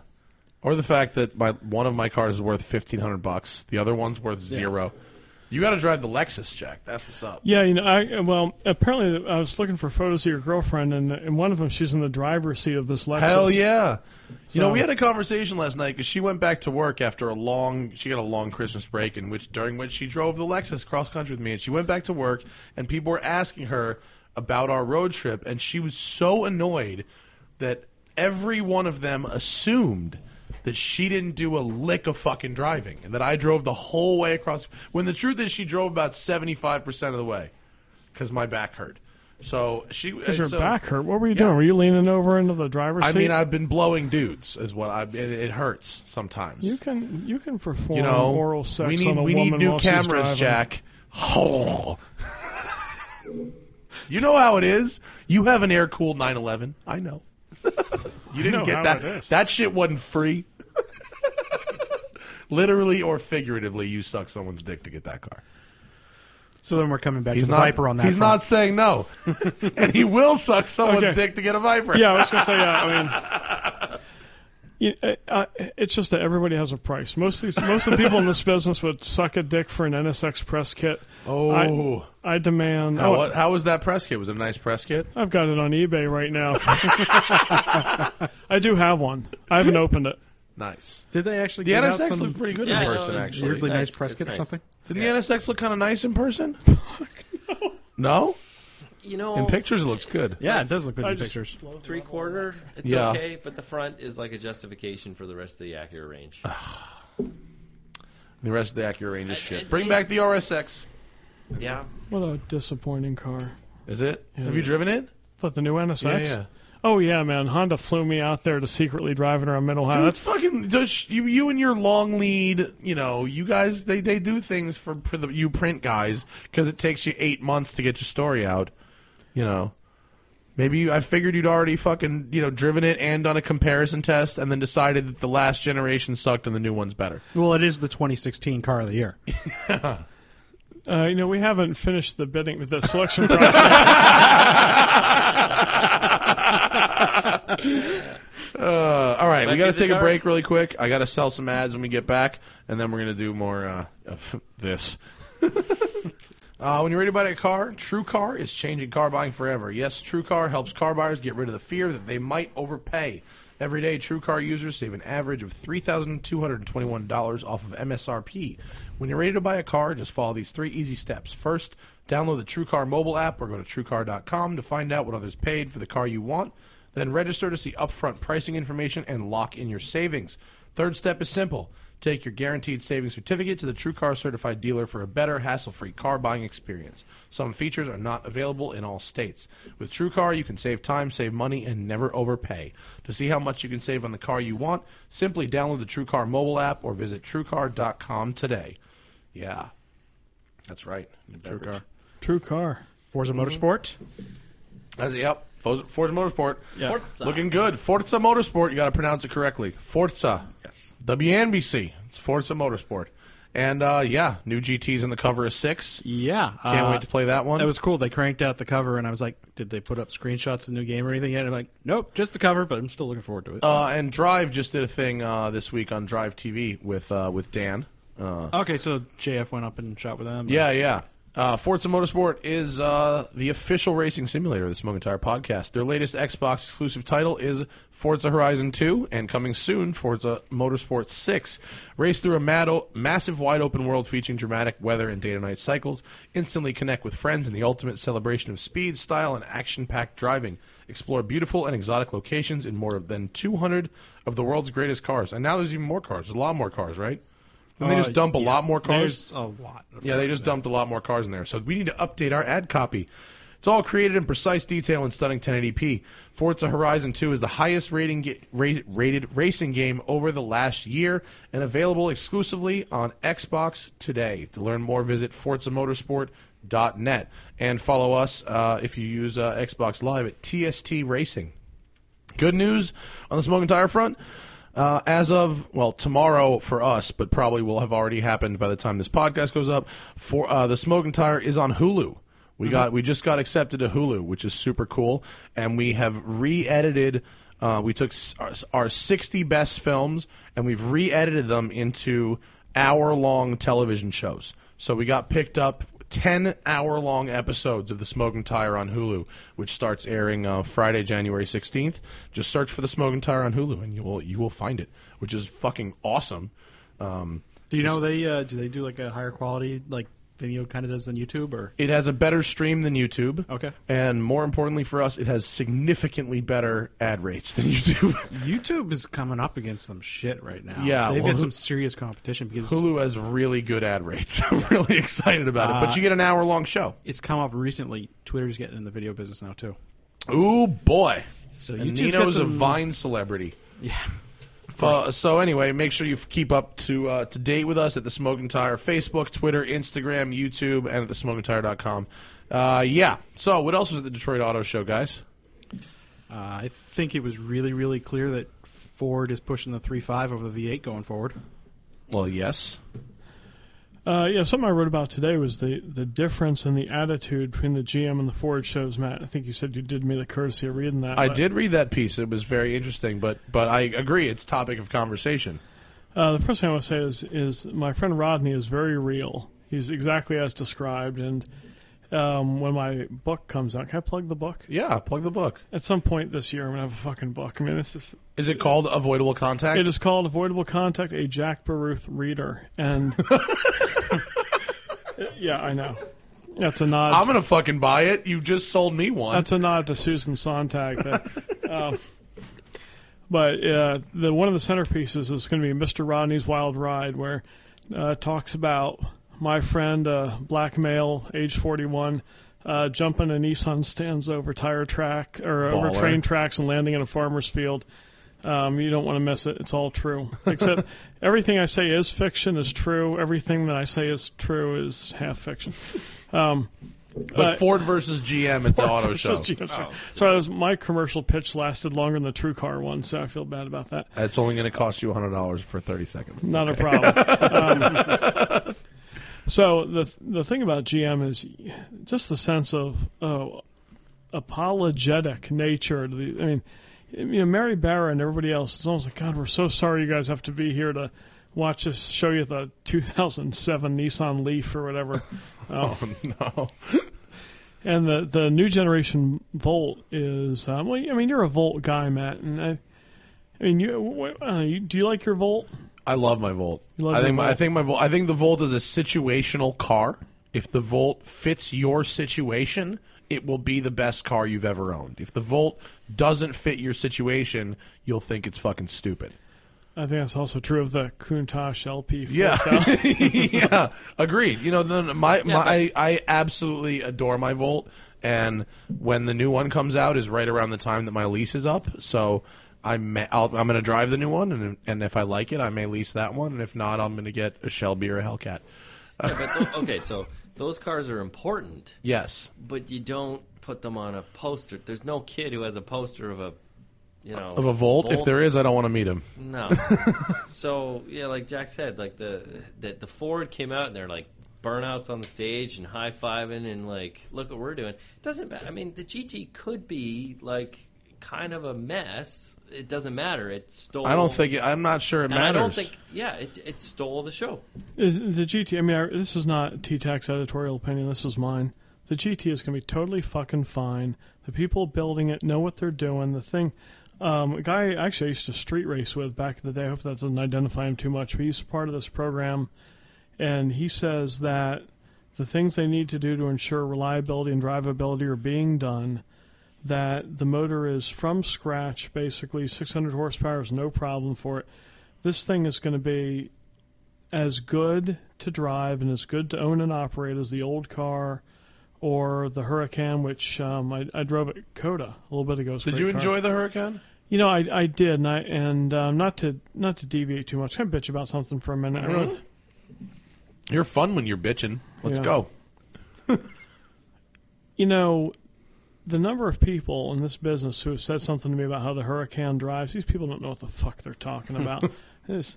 Or the fact that my one of my cars is worth fifteen hundred bucks, the other one's worth zero. You got to drive the Lexus, Jack. That's what's up. Yeah, you know, I well, apparently I was looking for photos of your girlfriend, and and one of them she's in the driver's seat of this Lexus. Hell yeah! You know, So- we had a conversation last night because she went back to work after a long. She got a long Christmas break, in which during which she drove the Lexus cross country with me, and she went back to work, and people were asking her about our road trip, and she was so annoyed that every one of them assumed that she didn't do a lick of fucking driving, and that I drove the whole way across. When the truth is, she drove about seventy five percent of the way because my back hurt. So she Because your so- back hurt. What were you Yeah. doing? Were you leaning over into the driver's I seat? mean, I've been blowing dudes, is what I. It, it hurts sometimes. you can you can perform You know, oral sex we need on a we woman need new while cameras, she's driving. Jack. Oh. you know how it is. You have an air cooled 911. I know. You didn't know get how that. it is. That shit wasn't free. Literally or figuratively, you suck someone's dick to get that car. So then we're coming back He's to not. the Viper on that. he's front. not saying no, and he will suck someone's Okay. dick to get a Viper. Yeah, I was gonna say. Yeah, I mean, you, I, I, it's just that everybody has a price. Most of these, most of the people in this business would suck a dick for an NSX press kit. Oh. I demand. How, oh, what, how was that press kit? Was it a nice press kit? I've got it on eBay right now. I do have one. I haven't opened it. Nice. Did they actually The get out NSX some looked pretty good Yeah, in I know, person, it was actually. weird. weirdly Nice, nice press it's kit or nice. something? Didn't the NSX look kind of nice in person? no. You know, In pictures, it looks good. Yeah, it does look good I in just- pictures. three quarter, it's Yeah. okay, but the front is like a justification for the rest of the Acura range. The rest of the Acura range is shit. I- Bring back the RSX. yeah, What a disappointing car. Is it? Yeah. Have you driven it? Thought the new NSX. Oh yeah, man. Honda flew me out there to secretly drive it around Middle High. Dude, That's it's fucking just you. You and your long lead. You know, you guys. They they do things for, for the you print guys because it takes you eight months to get your story out. You know, maybe you, I figured you'd already fucking you know driven it and done a comparison test and then decided that the last generation sucked and the new one's better. Well, it is the 2016 car of the year. Uh, you know, we haven't finished the bidding, the selection process. Uh, all right, we Back got to to the take a car. break really quick. I got to sell some ads when we get back, and then we're gonna do more uh, of this. Uh, when you're ready to buy a car, True Car is changing car buying forever. Yes, True Car helps car buyers get rid of the fear that they might overpay. Every day, True Car users save an average of $3,221 off of MSRP. When you're ready to buy a car, just follow these three easy steps. First, download the True Car mobile app or go to TrueCar.com to find out what others paid for the car you want. Then register to see upfront pricing information and lock in your savings. Third step is simple. Take your guaranteed savings certificate to the TrueCar certified dealer for a better hassle-free car buying experience. Some features are not available in all states. With TrueCar, you can save time, save money, and never overpay. To see how much you can save on the car you want, simply download the TrueCar mobile app or visit truecar.com today. Yeah. That's right. TrueCar. True car. Forza Motorsport. That's, yep. Forza Forza Motorsport. Yeah. Forza. Looking good. Forza Motorsport. You got to pronounce it correctly. Forza. Yes. WNBC. It's Forza Motorsport. And uh, yeah, new GT's on the cover is six. Yeah, Can't uh, wait to play that one. That was cool. They cranked out the cover, and I was like, "Did they put up screenshots of the new game or anything yet?" And I'm like, "Nope, just the cover." But I'm still looking forward to it. uh, and Drive just did a thing uh, this week on Drive TV with uh, with Dan. Uh, okay, so JF went up and shot with them. Yeah, yeah. Uh, Forza Motorsport is uh, the official racing simulator of the Smoking Tire podcast. Their latest Xbox exclusive title is Forza Horizon 2, and coming soon, Forza Motorsport 6. Race through a mad- massive wide open world featuring dramatic weather and day to night cycles. Instantly connect with friends in the ultimate celebration of speed, style, and action packed driving. Explore beautiful and exotic locations in more than 200 of the world's greatest cars. And now there's even more cars. There's a lot more cars, right? And they Uh, just dump a yeah. lot more cars. There's a lot. of Yeah, they cars just there. dumped a lot more cars in there. So we need to update our ad copy. It's all created in precise detail and stunning 1080p. Forza Horizon 2 is the highest rating ga- ra- rated racing game over the last year and available exclusively on Xbox today. To learn more, visit forzamotorsport.net and follow us uh, if you use uh, Xbox Live at TST Racing. Good news on the smoking tire front. Uh, as of well tomorrow for us, but probably will have already happened by the time this podcast goes up. For uh, the smoking tire is on Hulu. We got we just got accepted to Hulu, which is super cool, and we have re-edited. Uh, we took s- our, our 60 best films and we've re-edited them into hour-long television shows. So we got picked up 10 hour long episodes of The Smoking Tire on Hulu, which starts airing uh, Friday, January 16th. Just search for The Smoking Tire on Hulu and you will you will find it, which is fucking awesome. Um, Do you know they uh, do they do like a higher quality like Vimeo kind of does than YouTube or? it has a better stream than YouTube. Okay. And more importantly for us, it has significantly better ad rates than YouTube. YouTube is coming up against some shit right now. Yeah, they've well, got Hu- some serious competition because Hulu has really good ad rates. I'm really excited about it. But Uh, you get an hour long show. it's come up recently. Twitter's getting in the video business now too. Ooh, boy. So And YouTube's got Nino's a some- Vine celebrity. Yeah. Uh, so anyway, make sure you f- keep up to uh, to date with us at the Smoking Tire Facebook, Twitter, Instagram, YouTube, and at thesmokingtire.com. Uh, yeah. So what else was at the Detroit Auto Show, guys? Uh, I think it was really, really clear that Ford is pushing the 3.5 over the V8 going forward. Well, yes. Uh, yeah, something I wrote about today was the, the difference in the attitude between the GM and the Ford shows, Matt. I think you said you did me the courtesy of reading that. I but, did read that piece. It was very interesting, but but I agree. It's topic of conversation. Uh, the first thing I want to say is is my friend Rodney is very real. He's exactly as described, and um, when my book comes out, can I plug the book? Yeah, plug the book. At some point this year, I'm gonna have a fucking book. I mean, this is Is it called Avoidable Contact? it is called Avoidable Contact: A Jack Baruth Reader, and yeah, I know that's a nod. I'm gonna fucking buy it. You just sold me one. That's a nod to Susan Sontag. That, um, but uh, the one of the centerpieces is going to be Mr. Rodney's Wild Ride, where uh, it talks about my friend, uh, black male, age 41, uh, jumping a Nissan Stanza over tire track or over Baller. train tracks and landing in a farmer's field. Um, you don't want to miss it. It's all true. Except everything I say is fiction is true. Everything that I say is true is half fiction. Um, but Ford versus GM at the auto show. versus GM. Sorry, Sorry, that was my commercial pitch lasted longer than the True Car one, so I feel bad about that. It's only gonna cost you hundred dollars for thirty seconds. Not a problem. um, so the the thing about GM is just the sense of uh, apologetic nature. To the, I mean, you know, Mary Barra and everybody else. It's almost like God, we're so sorry you guys have to be here to watch us show you the 2007 Nissan Leaf or whatever. Uh, Oh no. and the the new generation Volt is um, well, I mean you're a Volt guy, Matt, and I, I mean you, wh- uh, you do you like your Volt? I love my Volt. You love I your think my, I Volt. think my Volt. I think the Volt is a situational car. If the Volt fits your situation, it will be the best car you've ever owned. If the Volt doesn't fit your situation, you'll think it's fucking stupid. I think that's also true of the Countach LP. Yeah, 4000. yeah, agreed. You know, then my my but- I, I absolutely adore my Volt, and when the new one comes out is right around the time that my lease is up. So I'm I'll, I'm going to drive the new one, and and if I like it, I may lease that one, and if not, I'm going to get a Shelby or a Hellcat. Yeah, but tho- okay, so those cars are important, Yes, but you don't put them on a poster. There's no kid who has a poster of a, you know, of a Volt. If there is, I don't want to meet him. No. so yeah, like Jack said, like the that the Ford came out and they're like burnouts on the stage and high fiving and like look what we're doing. Doesn't matter. I mean, the GT could be like kind of a mess. It doesn't matter. It stole. I don't think it, I'm not sure it Oh. and matters. I don't think. Yeah, it it stole the show. Is- the GT. I mean, I, this is not T-Tax editorial opinion. This is mine. The GT is going to be totally fucking fine. The people building it know what they're doing. The thing, um, a guy actually I used to street race with back in the day. I hope that doesn't identify him too much. But he's part of this program, and he says that the things they need to do to ensure reliability and drivability are being done. That the motor is from scratch, basically 600 horsepower is no problem for it. This thing is going to be as good to drive and as good to own and operate as the old car or the Huracan, which um, I, I drove at Coda a little bit ago. It's a Did great you car. enjoy the Hurricane? You know, I, I did, and I and um, not to not to deviate too much. Can I bitch about something for a minute? I really- You're fun when you're bitching. Let's Yeah. go. you know, the number of people in this business who have said something to me about how the Huracan drives, these people don't know what the fuck they're talking about. This-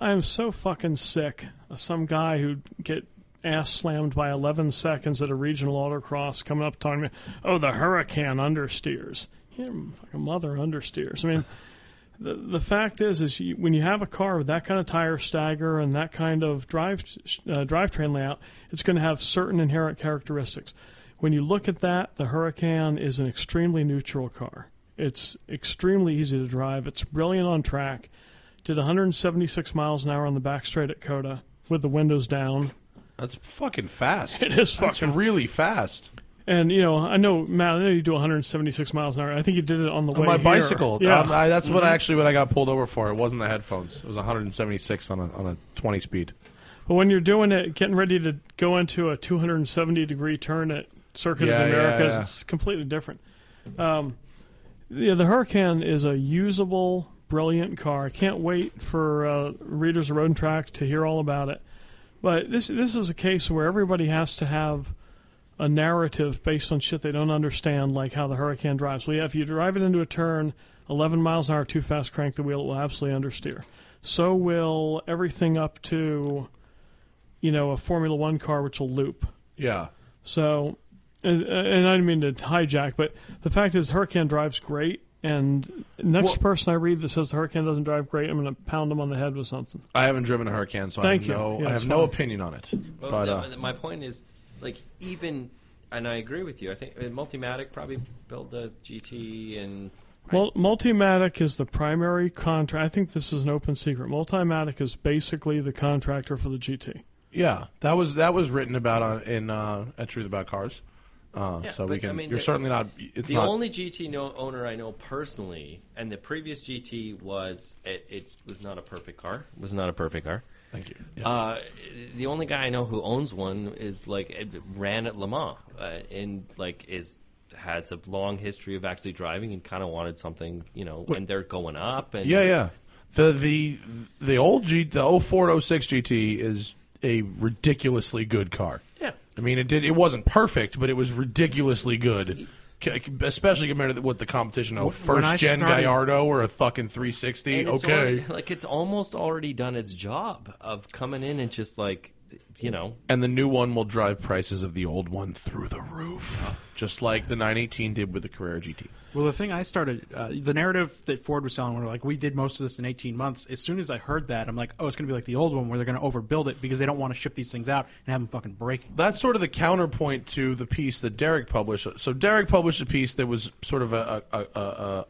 I am so fucking sick of some guy who get ass slammed by 11 seconds at a regional autocross coming up talking to me, oh, the Huracan understeers. Your fucking mother understeers. I mean, the, the fact is, is you, when you have a car with that kind of tire stagger and that kind of drive uh, drivetrain layout, it's going to have certain inherent characteristics when you look at that, the Huracan is an extremely neutral car. It's extremely easy to drive. It's brilliant on track. Did 176 miles an hour on the back straight at Coda with the windows down. That's fucking fast. It is That's fucking. really fast. And you know, I know Matt. I know you do 176 miles an hour. I think you did it on the On way my here. bicycle. Yeah. Mm-hmm. Um, I, that's what I actually what I got pulled over for. It wasn't the headphones. It was 176 on a on a 20 speed. but when you're doing it, getting ready to go into a 270 degree turn at Circuit Yeah, of yeah, Americas, yeah. it's completely different. Um, yeah, the Hurricane is a usable, brilliant car. I can't wait for uh, readers of Road and Track to hear all about it. But this this is a case where everybody has to have a narrative based on shit they don't understand, like how the Hurricane drives. Well, yeah, if you drive it into a turn 11 miles an hour too fast, crank the wheel, it will absolutely understeer. So will everything up to, you know, a Formula One car, which will loop. Yeah. So, and, and I didn't mean to hijack, but the fact is, Hurricane drives great. And next Well- person I read that says the Hurricane doesn't drive great, I'm going to pound them on the head with something. I haven't driven a Hurricane, so Thank I you. have, no, Yeah, I it's have no fine. opinion on it. Well, but no, uh, my point is, like, even, and I agree with you. I think uh, Multimatic probably built the GT and Mul- Multimatic is the primary contract. I think this is an open secret. Multimatic is basically the contractor for the GT. yeah, that was that was written about on in uh, at Truth About Cars. Uh, Yeah, so we but, can. I mean, you're the- certainly not. It's the not. only GT no, owner I know personally, and the previous GT was it, it was not a perfect car. Was not a perfect car. thank you. Yeah. Uh, the only guy I know who owns one is like it ran at Le Mans uh, and like is has a long history of actually driving and kind of wanted something you know when they're going up and Yeah, yeah. The the the old oh G the 04 06 GT is a ridiculously good car. Yeah. I mean it did it wasn't perfect, but it was ridiculously good. c- Especially compared to what the competition oh When first I gen started- Gallardo or a fucking 360. And it's okay. already- like it's almost already done its job of coming in and just like you know And the new one will drive prices of the old one through the roof, just like the 918 did with the Carrera GT. Well, the thing I started, uh, the narrative that Ford was selling, where like we did most of this in 18 months. As soon as I heard that, I'm like, oh, it's going to be like the old one where they're going to overbuild it because they don't want to ship these things out and have them fucking break. that's sort of the counterpoint to the piece that Derek published. So Derek published a piece that was sort of a a, a,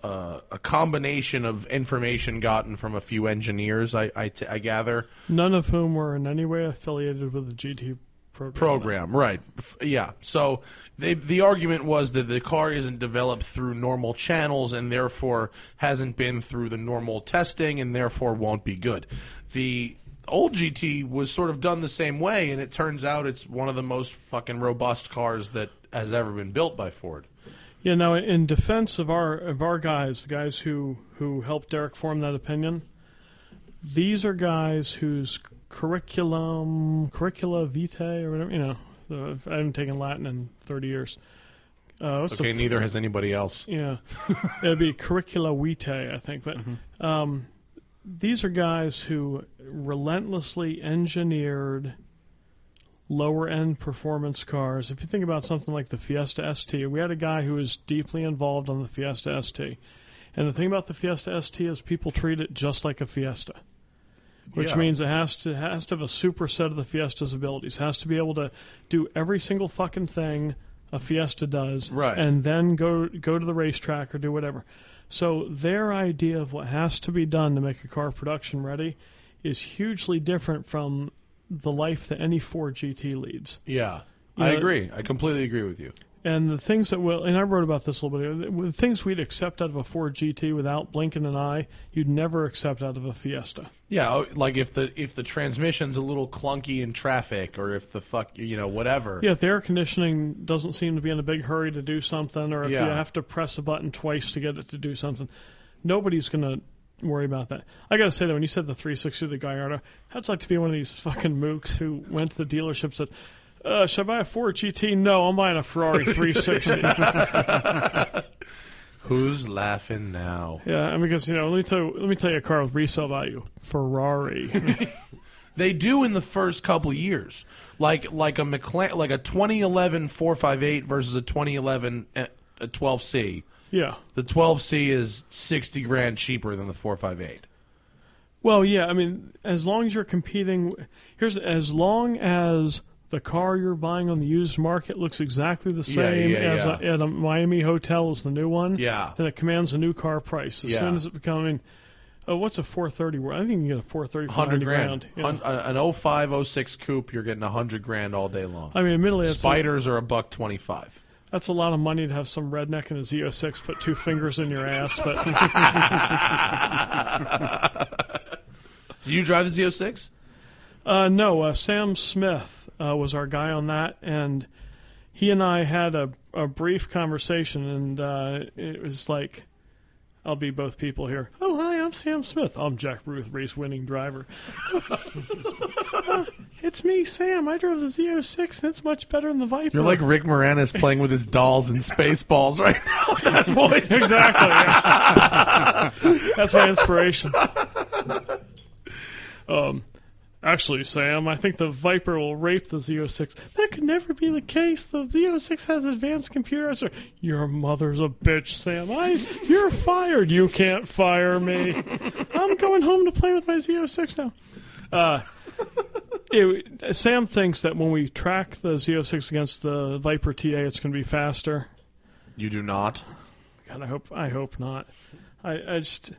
a, a, a combination of information gotten from a few engineers, I, I, t- I gather. None of whom were in any way affiliated with the GT program. Program, right? F- Yeah. So they, the argument was that the car isn't developed through normal channels and therefore hasn't been through the normal testing and therefore won't be good. The old GT was sort of done the same way, and it turns out it's one of the most fucking robust cars that has ever been built by Ford. Yeah. Now, in defense of our of our guys, the guys who who helped Derek form that opinion, these are guys whose curriculum curricula vitae or whatever you know. The, I haven't taken Latin in 30 years. Uh, what's It's the okay, neither has anybody else. Yeah, it'd be curricula vitae, I think. But um, these are guys who relentlessly engineered lower end performance cars. If you think about something like the Fiesta ST, we had a guy who was deeply involved on the Fiesta ST. And the thing about the Fiesta ST is people treat it just like a Fiesta. Which Yeah. means it has to has to have a superset of the Fiesta's abilities. Has to be able to do every single fucking thing a Fiesta does, Right. and then go go to the racetrack or do whatever. So their idea of what has to be done to make a car production ready is hugely different from the life that any Ford GT leads. Yeah. You I know- agree. I completely agree with you. And the things that will, and I wrote about this a little bit. The things we'd accept out of a Ford GT without blinking an eye, you'd never accept out of a Fiesta. Yeah, oh, like if the if the transmission's a little clunky in traffic, or if the fuck you know whatever. Yeah, if the air conditioning doesn't seem to be in a big hurry to do something, or if you Yeah. have to press a button twice to get it to do something, nobody's gonna worry about that. I gotta say though, when you said the 360, the Gallardo, how'd you like to be one of these fucking mooks who went to the dealership and said, uh, "Should I buy a Ford GT? No, I'm buying a Ferrari 360." Who's laughing now? yeah, and because you know, let me tell you, let me tell you a car with resale value, Ferrari. They do in the first couple years, like like a McLaren, like a 2011 458 versus a 2011 a a 12C. yeah. The 12C is 60 grand cheaper than the 458. Well, yeah, I mean, as long as you're competing, here's as long as the car you're buying on the used market looks exactly the Yeah, same yeah, as yeah. A, at a Miami hotel as the new one, Yeah. then it commands a new car price. As Yeah. soon as it becoming, oh, what's a 430? worth? I think you can get a 430 for 100 90 grand. Yeah. Hun- a- An 05 06 coupe, you're getting 100 grand all day long. I mean, admittedly, that's a, Spiders are a buck 25. that's a lot of money to have some redneck in a Z06 put two fingers in your ass, but Do you drive the Z06? Uh, no, uh, Sam Smith uh, was our guy on that, and he and I had a, a brief conversation, and uh, it was like, I'll be both people here. Oh, hi, I'm Sam Smith. I'm Jack Ruth, race winning driver. it's me, Sam. I drove the Z06, and it's much better than the Viper. You're like Rick Moranis playing with his dolls in Spaceballs right now. That voice. exactly. yeah. That's my inspiration. Um, actually, Sam, I think the Viper will rape the Z06. That could never be the case. The Z06 has advanced computers. Or, your mother's a bitch, Sam. I, you're fired. You can't fire me. I'm going home to play with my Z06 now. Uh, it, Sam thinks that when we track the Z06 against the Viper TA, it's going to be faster. You do not. God, I hope I hope not. I, I just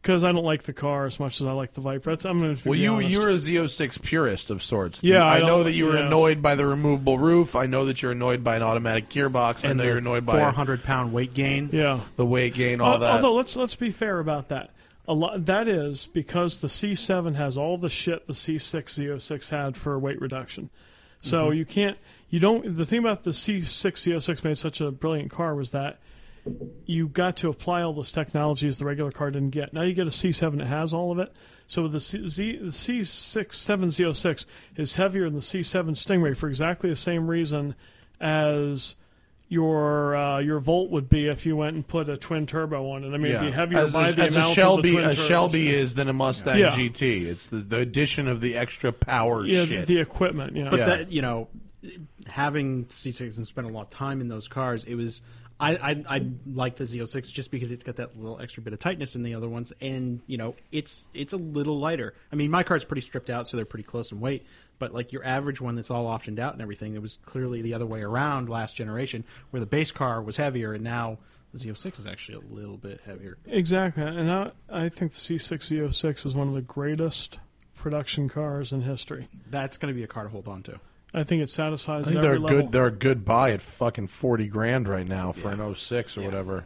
because I don't like the car as much as I like the Viper. That's, I'm gonna. Well, be you honest. you're a Z06 purist of sorts. Yeah, I, I know don't- that you were yes. annoyed by the removable roof. I know that you're annoyed by an automatic gearbox. I and know the you're annoyed by 400 pound weight gain. yeah. the weight gain, all Al- that. Although let's let's be fair about that. A lot that is because the C7 has all the shit the C6 Z06 had for weight reduction. So Mm-hmm. you can't you don't the thing about the C6 Z06 made such a brilliant car was that you got to apply all those technologies the regular car didn't get. Now you get a C7 that has all of it. So the, C- Z- the C6 706 is heavier than the C7 Stingray for exactly the same reason as your uh, your volt would be if you went and put a twin turbo on it. I mean, yeah. it'd be heavier as by a, the as a amount Shelby, of the twin a turbos. Shelby is than a Mustang Yeah. GT. It's the, the addition of the extra power yeah, shit. the equipment. Yeah, But Yeah. that you know, having C6 and spent a lot of time in those cars, it was I, I I like the Z06 just because it's got that little extra bit of tightness in the other ones, and you know it's it's a little lighter. I mean, my car's pretty stripped out, so they're pretty close in weight. But like your average one that's all optioned out and everything, it was clearly the other way around last generation, where the base car was heavier, and now the Z06 is actually a little bit heavier. exactly. And I, I think the C6 Z06 is one of the greatest production cars in history. That's going to be a car to hold on to. I think it satisfies I think every they're a level. good. They're a good buy at fucking forty grand right now for an 06 or whatever.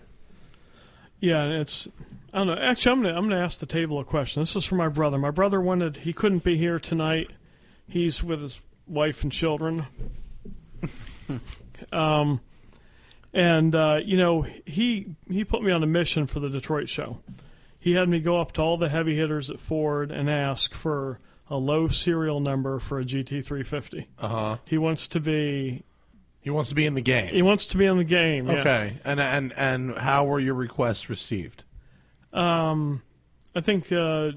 Yeah, and it's I don't know. Actually, I'm gonna I'm gonna ask the table a question. This is for my brother. My brother wanted he couldn't be here tonight. He's with his wife and children. um, and uh, you know he he put me on a mission for the Detroit show. He had me go up to all the heavy hitters at Ford and ask for a low serial number for a GT350. Uh huh. He wants to be He wants to be in the he game. wants to be in the game. yeah. Okay. And and and how were your requests received? Um, I think, uh,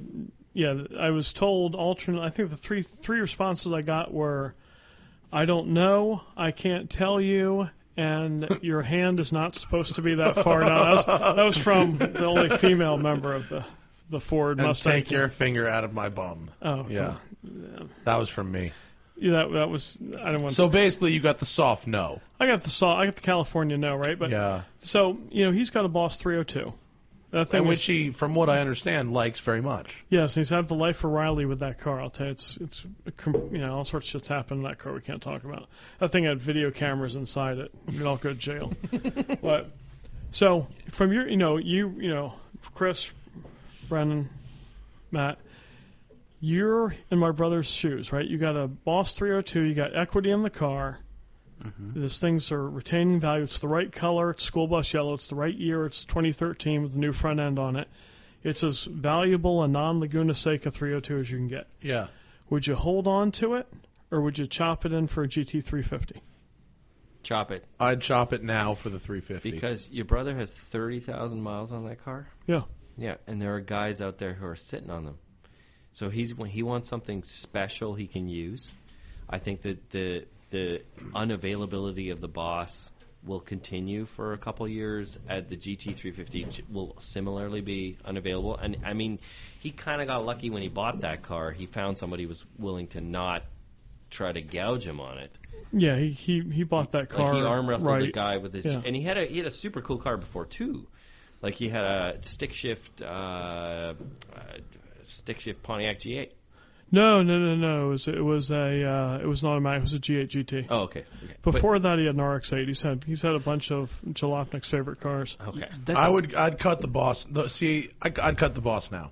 yeah, I was told alternate. I think the three three responses I got were, "I don't know," "I can't tell you," and "Your hand is not supposed to be that far down." That was, that was from the only female member of the the Ford And Mustang. take your finger out of my bum. Oh, Yeah. That was from me. yeah. That that was. I didn't want. So basically, you got the soft no. I got the saw. I got the California no right, but yeah. so you know he's got a Boss 302. That thing And is- which he, from what I understand, likes very much. Yes, he's had the life for Riley with that car. I'll tell you, it's it's you know all sorts of shits happened in that car we can't talk about. That thing had video cameras inside it. We'd all go to jail. but so from your you know you you know Chris, Brennan, Matt, you're in my brother's shoes, right? You got a Boss 302. You got equity in the car. These things are retaining value. It's the right color. It's school bus yellow. It's the right year. It's 2013 with a new front end on it. It's as valuable a non Laguna Seca 302 as you can get. Yeah. Would you hold on to it, or would you chop it in for a GT350? Chop it I'd chop it now for the 350. because your brother has thirty thousand miles on that car. Yeah. Yeah, and there are guys out there who are sitting on them. So he's he wants something special he can use. I think that the the unavailability of the boss will continue for a couple years. At the GT350 ch- will similarly be unavailable. And I mean, he kind of got lucky when he bought that car. He found somebody who was willing to not try to gouge him on it. Yeah, he, he, he bought that car. Like he arm wrestled right. a guy with his, Yeah. and he had a he had a super cool car before too. Like he had a stick shift, uh, uh, stick shift Pontiac G8. No, no, no, no. It was it was a uh, it was an automatic. It was a G8 GT. Oh, okay. okay. But- Before that, he had an RX-8. He's had he's had a bunch of Jalopnik's favorite cars. okay. That's, I would. I'd cut the boss. No, see, I, I'd cut the boss now.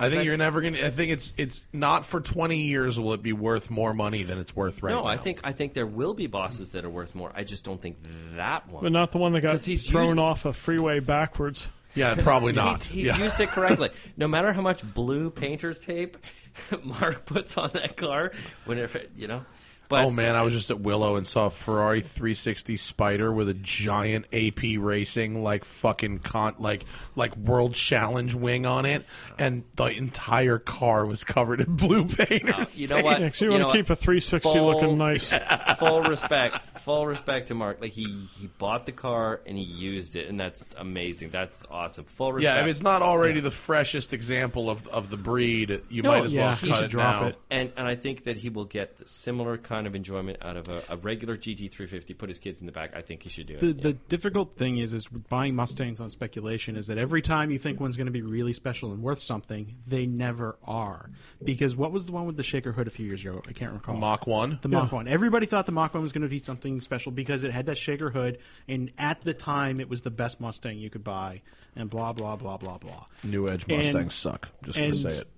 I think Thank- you're never gonna. I think it's it's not for 20 years will it be worth more money than it's worth right no, now. I think I think there will be bosses that are worth more. I just don't think that one. But not the one that got Because he's thrown used- off a freeway backwards. Yeah, probably not. He's, he's yeah. used it correctly. No matter how much blue painter's tape Mark puts on that car, whenever you know. But uh, Oh man, I was just at Willow and saw a Ferrari 360 Spider with a giant AP Racing like fucking con like like World Challenge wing on it, and the entire car was covered in blue painters. you know what? Yeah, 'cause you, You know want what? to keep a 360 Full- looking nice. full respect, full respect to Mark. Like he he bought the car and he used it, and that's amazing. That's awesome. Full respect. Yeah, if it's not already the freshest example of of the breed, you No, might as yeah, well he cut should it drop now. it. and and I think that he will get the similar kind of enjoyment out of a, a regular GT350. Put his kids in the back. I think he should do it. The, yeah. the difficult thing is, is with buying Mustangs on speculation is that every time you think one's going to be really special and worth something, they never are. Because what was the one with the shaker hood a few years ago? I can't recall. Mach one. The Mach 1. Everybody thought the Mach 1 was going to be something special because it had that shaker hood, and at the time, it was the best Mustang you could buy, and blah, blah, blah, blah, blah. New Edge And- Mustangs suck. Just and- gonna say it.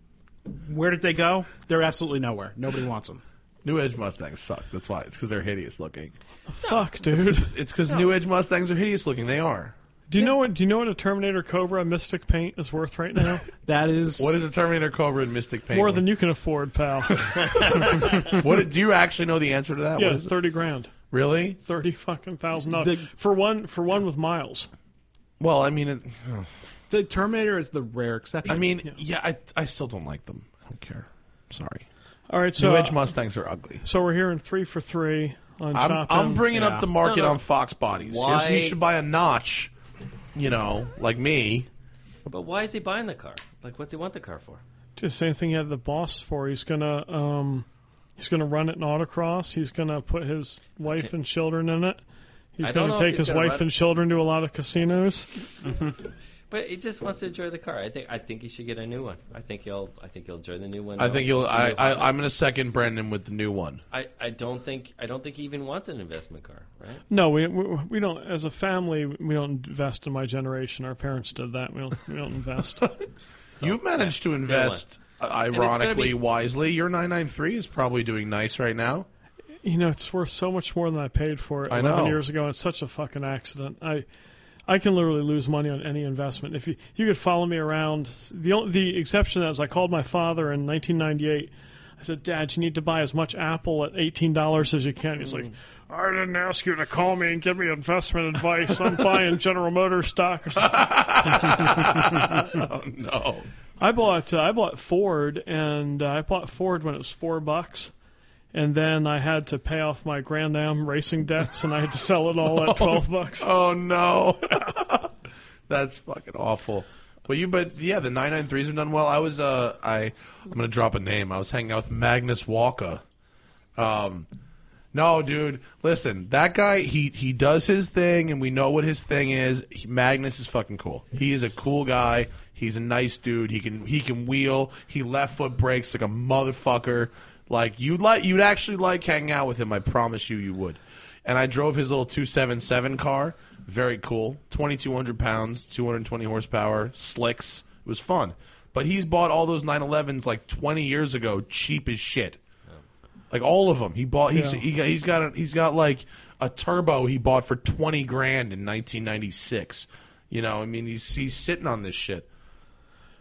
Where did they go? They're absolutely nowhere. Nobody wants them. New Edge Mustangs suck. That's why. It's because they're hideous looking. Fuck, dude. It's because New Edge Mustangs are hideous looking. They are. Do you know what? Do you know what a Terminator Cobra Mystic paint is worth right now? That is. What is a Terminator Cobra and Mystic Paint? More than you can afford, pal. What do you actually know the answer to that? yeah, what is it? thirty grand, Really? thirty fucking thousand The- dollars for one for one with miles. Well, I mean, it, The Terminator is the rare exception. I mean, yeah, I, I still don't like them. I don't care. Sorry. All right, so New Edge Mustangs are ugly. so we're hearing three for three on I'm, Chop I'm Em. bringing yeah. up the market No, no. on Fox bodies. Why- Here's- You should buy a notch, you know, like me. but why is he buying the car? Like, what's he want the car for? Just same thing he had the boss for. He's gonna um, he's gonna run it in autocross. He's gonna put his wife and children in it. He's I don't gonna know if take he's his gonna wife run- and children to a lot of casinos. But he just wants to enjoy the car. I think I think he should get a new one. I think he'll I think he'll enjoy the new one. I think you'll. The I, new I, I'm Hondas. going to second Brendan with the new one. I, I don't think I don't think he even wants an investment car, right? No, we, we we don't. As a family, we don't invest in my generation. Our parents did that. We don't we don't invest. You've managed to invest, uh, gonna ironically, be- wisely. Your 993 is probably doing nice right now. You know, it's worth so much more than I paid for it I 11 know. years ago. It's such a fucking accident. I I can literally lose money on any investment. If you you could follow me around, the only, the exception to that is I called my father in 1998. I said, Dad, you need to buy as much Apple at eighteen dollars as you can. He's Mm. like, I didn't ask you to call me and give me investment advice. I'm buying General Motors stock or something. oh no! I bought uh, I bought Ford and uh, I bought Ford when it was four bucks, and then I had to pay off my Grand Am racing debts and I had to sell it all at twelve bucks. Oh no! That's fucking awful. But you, but yeah, the 993s have done well. I was, uh, I, I'm gonna drop a name. I was hanging out with Magnus Walker. Um, no, dude, listen, that guy, he he does his thing, and we know what his thing is. He, Magnus is fucking cool. He is a cool guy. He's a nice dude. He can he can wheel. He left foot breaks like a motherfucker. Like you like you'd actually like hanging out with him. I promise you, you would. And I drove his little 277 car. Very cool. 2,200 pounds, 220 horsepower, slicks. It was fun. But he's bought all those 911s like 20 years ago, cheap as shit. Like all of them, he bought. He's Yeah. he got, he's got a, he's got like a turbo he bought for twenty grand in 1996. You know, I mean, he's he's sitting on this shit.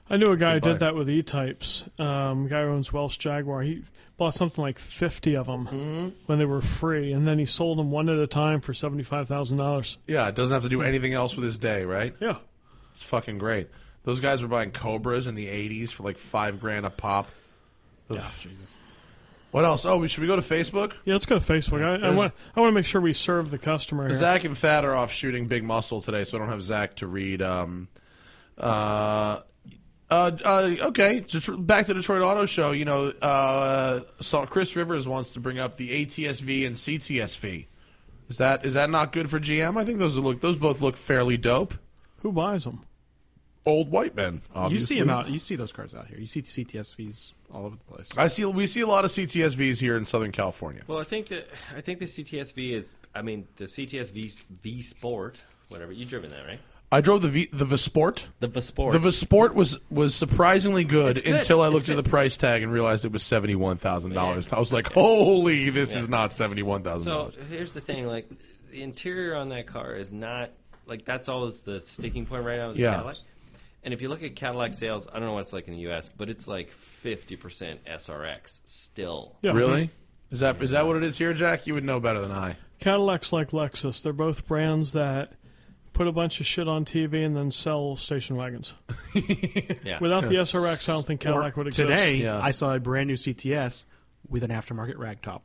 I knew a guy who Goodbye. did that with E types. Um, guy who owns Welsh Jaguar. He bought something like fifty of them Mm-hmm. when they were free, and then he sold them one at a time for seventy five thousand dollars. Yeah, it doesn't have to do anything else with his day, right? Yeah. It's fucking great. Those guys were buying Cobras in the 80s for like five grand a pop. yeah, Jesus. What else? Oh, we, should we go to Facebook? Yeah, let's go to Facebook. I, I There's- want I want to make sure we serve the customer here. Zach and Thad are off shooting Big Muscle today, so I don't have Zach to read. Um, uh, uh, uh, okay, Det- back to Detroit Auto Show. You know, uh, so Chris Rivers wants to bring up the ATSV and CTSV. Is that is that not good for GM? I think those look those both look fairly dope. Who buys them? Old white men. You Obviously. see 'em out. You see those cars out here. You see CTSVs all over the place. I see. We see a lot of CTSVs here in Southern California. Well, I think that I think the CTSV is. I mean, the CTSV V Sport, whatever you driven that, right? I drove the v, the Vesport. The Vesport. The Vesport was was surprisingly good, It's good. until I It's looked at good. the price tag and realized it was seventy one thousand dollars. I was like, holy, this Yeah. is not seventy one thousand so dollars. here's the thing: like the interior on that car is not like that's always the sticking point right now. With the Yeah. Cadillac. And if you look at Cadillac sales, I don't know what it's like in the U.S., but it's like 50% SRX still. Yeah. Really? Is that is that what it is here, Jack? You would know better than I. Cadillac's like Lexus. They're both brands that put a bunch of shit on TV and then sell station wagons. Yeah. Without the SRX, I don't think Cadillac would exist. Today, Yeah. I saw a brand new CTS with an aftermarket ragtop.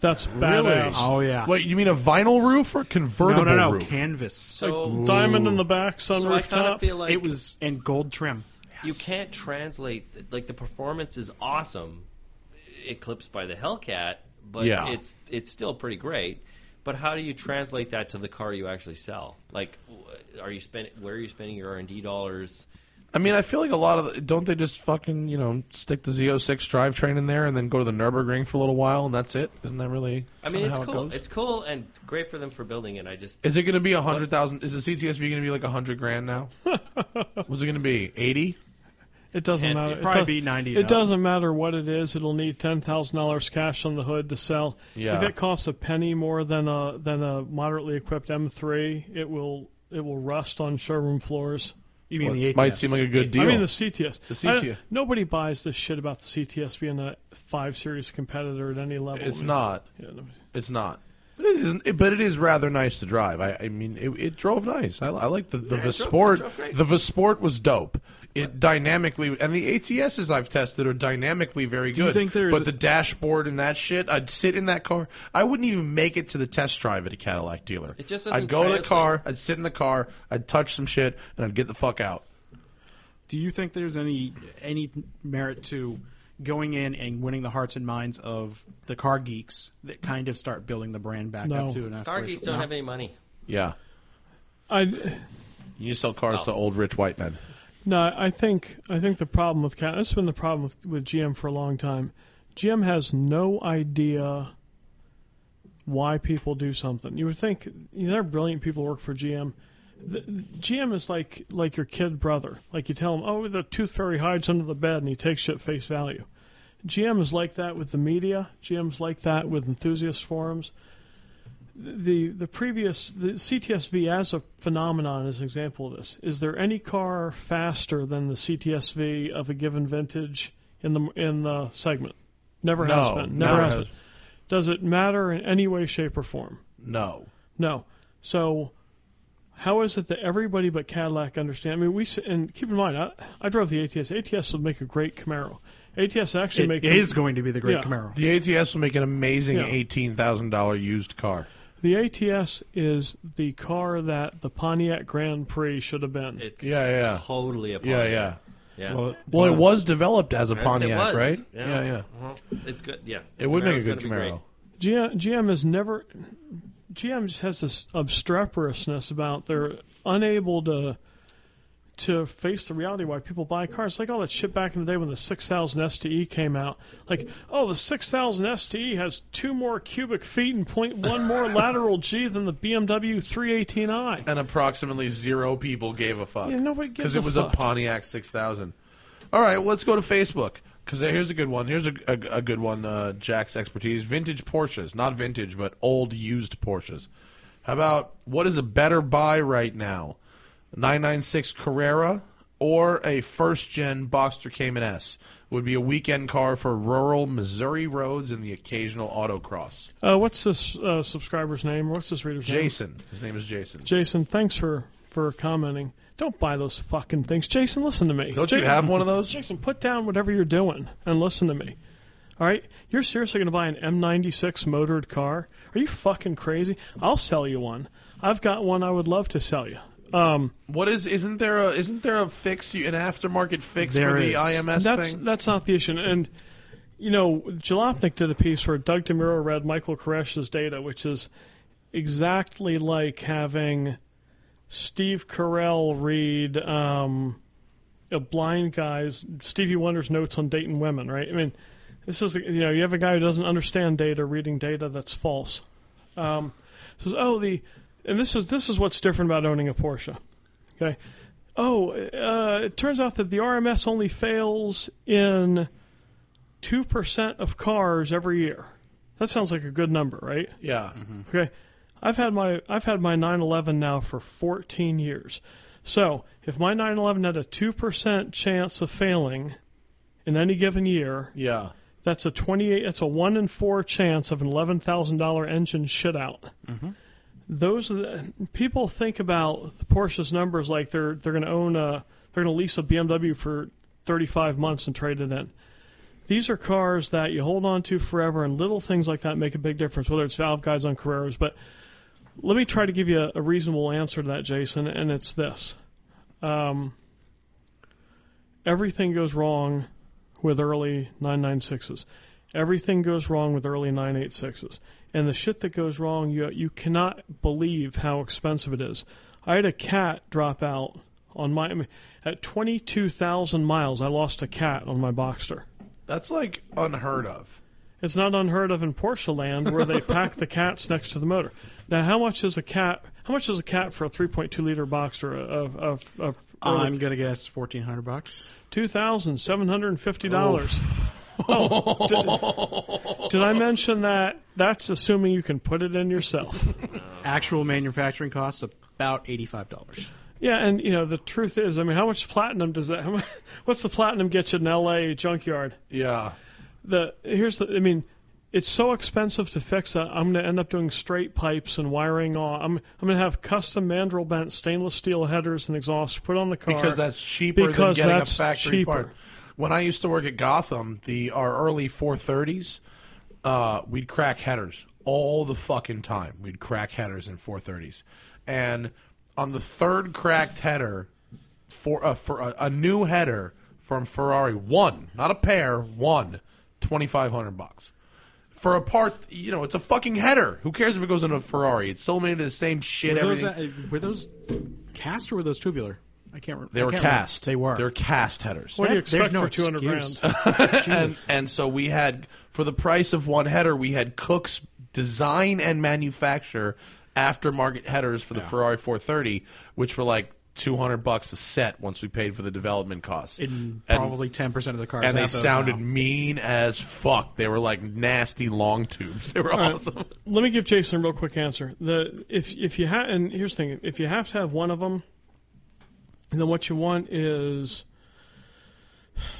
That's badass. Oh yeah. Wait, you mean a vinyl roof or no, convertible no, no. roof? Canvas. so, Diamond in the back, sunroof so I kind top. of feel like it was and gold trim. you can't translate like the performance is awesome, eclipsed by the Hellcat, but Yeah. it's it's still pretty great. But how do you translate that to the car you actually sell? Like, wh- are you spend where are you spending your R and D dollars? I mean, I feel like a lot of the, don't they just fucking you know stick the Z06 drivetrain in there and then go to the Nurburgring for a little while and that's it? Isn't that really? I mean, kinda it's how it cool. goes? it's cool and great for them for building it. I just Is it going to be a hundred thousand? Is the CTSV going to be like a hundred grand now? What's it going to be? Eighty? It doesn't Can't matter. be. It Probably does- be ninety. It doesn't matter what it is. It'll need ten thousand dollars cash on the hood to sell. Yeah. If it costs a penny more than a than a moderately equipped M3, it will it will rust on showroom floors. You mean Well, the ATS? might seem like a good deal. I mean the CTS. The I- CTS. nobody buys this shit about the CTS being a five series competitor at any level. it's not. Yeah, no- It's not. But it isn't. It, but it is rather nice to drive. I, I mean, it, it drove nice. I, I like the the Yeah, it drove- Vesport. it drove great. the Vesport was dope. It dynamically and the ATSs I've tested are dynamically very you good. think there's- but the dashboard and that shit, I'd sit in that car. I wouldn't even make it to the test drive at a Cadillac dealer. It just doesn't I'd go to the translate. car. I'd sit in the car. I'd touch some shit and I'd get the fuck out. Do you think there's any any merit to going in and winning the hearts and minds of the car geeks that kind of start building the brand back No. up to an car aspiration? geeks don't No. have any money. Yeah. I You sell cars to old rich white men. No, I think I think the problem with Cat. That's been the problem with, with GM for a long time. GM has no idea why people do something. You would think you know, they're brilliant people who work for GM. The, GM is like like your kid brother. Like you tell him, oh, the tooth fairy hides under the bed, and he takes shit face value. GM is like that with the media. GM's like that with enthusiast forums. The the previous the CTSV as a phenomenon is an example of this. Is there any car faster than the CTSV of a given vintage in the in the segment? Never has No, been. Never never has has. been. Does it matter in any way, shape, or form? No. No. So, how is it that everybody but Cadillac understand? I mean, we s- and keep in mind, I, I drove the ATS. ATS would make a great Camaro. ATS actually It make is going to be the great Yeah. Camaro. The ATS will make an amazing Yeah. eighteen thousand dollar used car. the ATS is the car that the Pontiac Grand Prix should have been. It's Yeah, yeah. it's totally a Yeah, Pontiac. Oh, yeah. yeah. Well, it was developed as a Yes, it Pontiac, was. right? Yeah. yeah. yeah. Well, it's good. Yeah, It would Camaro's make a good gonna be great. Camaro. GM, GM has never. GM just has this obstreperousness about they're unable to to face the reality why people buy cars. It's like all that shit back in the day when the 6000 STE E came out. Like, oh, the 6000 STE E has two more cubic feet and point one more lateral G than the BMW 318i. And approximately zero people gave a fuck Yeah, nobody gives because a it was fuck. a Pontiac 6000. All right, well, let's go to Facebook because here's a good one. Here's a, a, a good one. Uh, Jack's expertise: vintage Porsches, not vintage, but old used Porsches. How about what is a better buy right now? 996 Carrera or a first gen Boxster Cayman S would be a weekend car for rural Missouri roads and the occasional autocross. Uh, what's this uh, subscriber's name? What's this reader's name? Jason, his name is Jason. Jason, thanks for, for commenting. Don't buy those fucking things. Jason, listen to me. Don't you Jason- have one of those? Jason, put down whatever you're doing and listen to me. All right? You're seriously going to buy an M96 motored car? Are you fucking crazy? I'll sell you one. I've got one I would love to sell you. Um, What is? Isn't there a? Isn't there a fix? You, an aftermarket fix There for the is. IMS that's thing? that's not the issue. And you know, Jalopnik did a piece where Doug Demuro read Michael Koresh's data, which is exactly like having Steve Carell read um, a blind guy's Stevie Wonder's notes on dating women. Right? I mean, this is you know, you have a guy who doesn't understand data reading data that's false. Um, says, oh, the and this is this is what's different about owning a Porsche. Okay. Oh, uh, it turns out that the RMS only fails in 2% of cars every year. That sounds like a good number, right? yeah. Okay. I've had my I've had my 911 now for 14 years. So, if my 911 had a 2% chance of failing in any given year, Yeah. that's a 28 that's a 1 in 4 chance of an $11,000 engine shit out. Mhm. Those are the, people think about the Porsche's numbers like they're they're going to own a they're going to lease a BMW for 35 months and trade it in. These are cars that you hold on to forever, and little things like that make a big difference. Whether it's valve guides on Carreras, but let me try to give you a, a reasonable answer to that, Jason, and it's this: um, everything goes wrong with early 996s. Everything goes wrong with early 986s. And the shit that goes wrong, you, you cannot believe how expensive it is. I had a cat drop out on my I mean, at 22,000 miles. I lost a cat on my Boxster. That's like unheard of. It's not unheard of in Porsche land where they pack the cats next to the motor. Now, how much is a cat? How much is a cat for a 3.2 liter Boxster? Of of, of I'm gonna guess fourteen hundred bucks. two thousand seven hundred and fifty dollars. Oh, did, did I mention that? That's assuming you can put it in yourself. Actual manufacturing costs about eighty-five dollars. Yeah, and you know the truth is, I mean, how much platinum does that? How much, what's the platinum get you in L.A. junkyard? Yeah. The here's the, I mean, it's so expensive to fix that I'm going to end up doing straight pipes and wiring on. I'm I'm going to have custom mandrel bent stainless steel headers and exhausts put on the car Because that's cheaper Because than getting that's a factory cheaper. part. When I used to work at Gotham, the our early 430s, uh, we'd crack headers all the fucking time. We'd crack headers in 430s, and on the third cracked header, for uh, for a, a new header from Ferrari, one, not a pair, one, twenty five hundred bucks. For a part, you know, it's a fucking header. Who cares if it goes in a Ferrari? It's so many of the same shit. Were those, everything. uh, were those cast or were those tubular? I can't remember. they were cast. They were. They were cast headers. What do you That- there's expect no for 200 excuse. grand? and, and so we had, for the price of one header, we had Cook's design and manufacture aftermarket headers for the Yeah. Ferrari 430, which were like 200 bucks a set once we paid for the development costs. In probably ten percent of the cars. and they have those sounded now. mean as fuck. They were like nasty long tubes. They were right. awesome. Let me give Jason a real quick answer. The if if you have and here's the thing, if you have to have one of them, then what you want is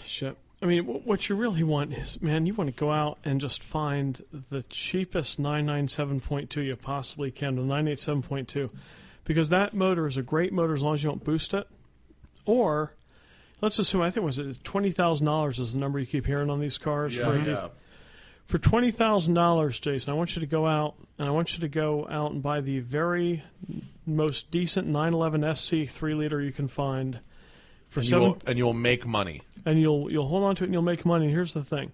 shit. I mean, wh- what you really want is, man, you want to go out and just find the cheapest 997.2 you possibly can, the 987.2, because that motor is a great motor as long as you don't boost it. Or, let's assume, I think, was it $20,000 is the number you keep hearing on these cars for a diesel for twenty thousand dollars, Jason, I want you to go out and I want you to go out and buy the very most decent 911 SC three liter you can find for And, you seven, will, and you will make money. and you'll you'll hold on to it and you'll make money. And here's the thing,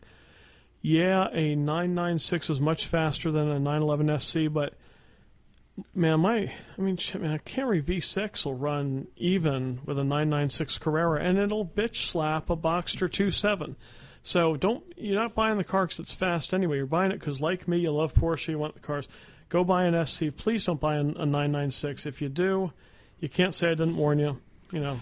yeah, a 996 is much faster than a 911 SC, but man, my I mean, shit, man, a Camry V6 will run even with a 996 Carrera, and it'll bitch slap a Boxster 27. So don't you're not buying the car 'cause it's fast anyway. You're buying it 'cause like me, you love Porsche, you want the cars. Go buy an SC. Please don't buy an, a 996. If you do, you can't say I didn't warn you. You know,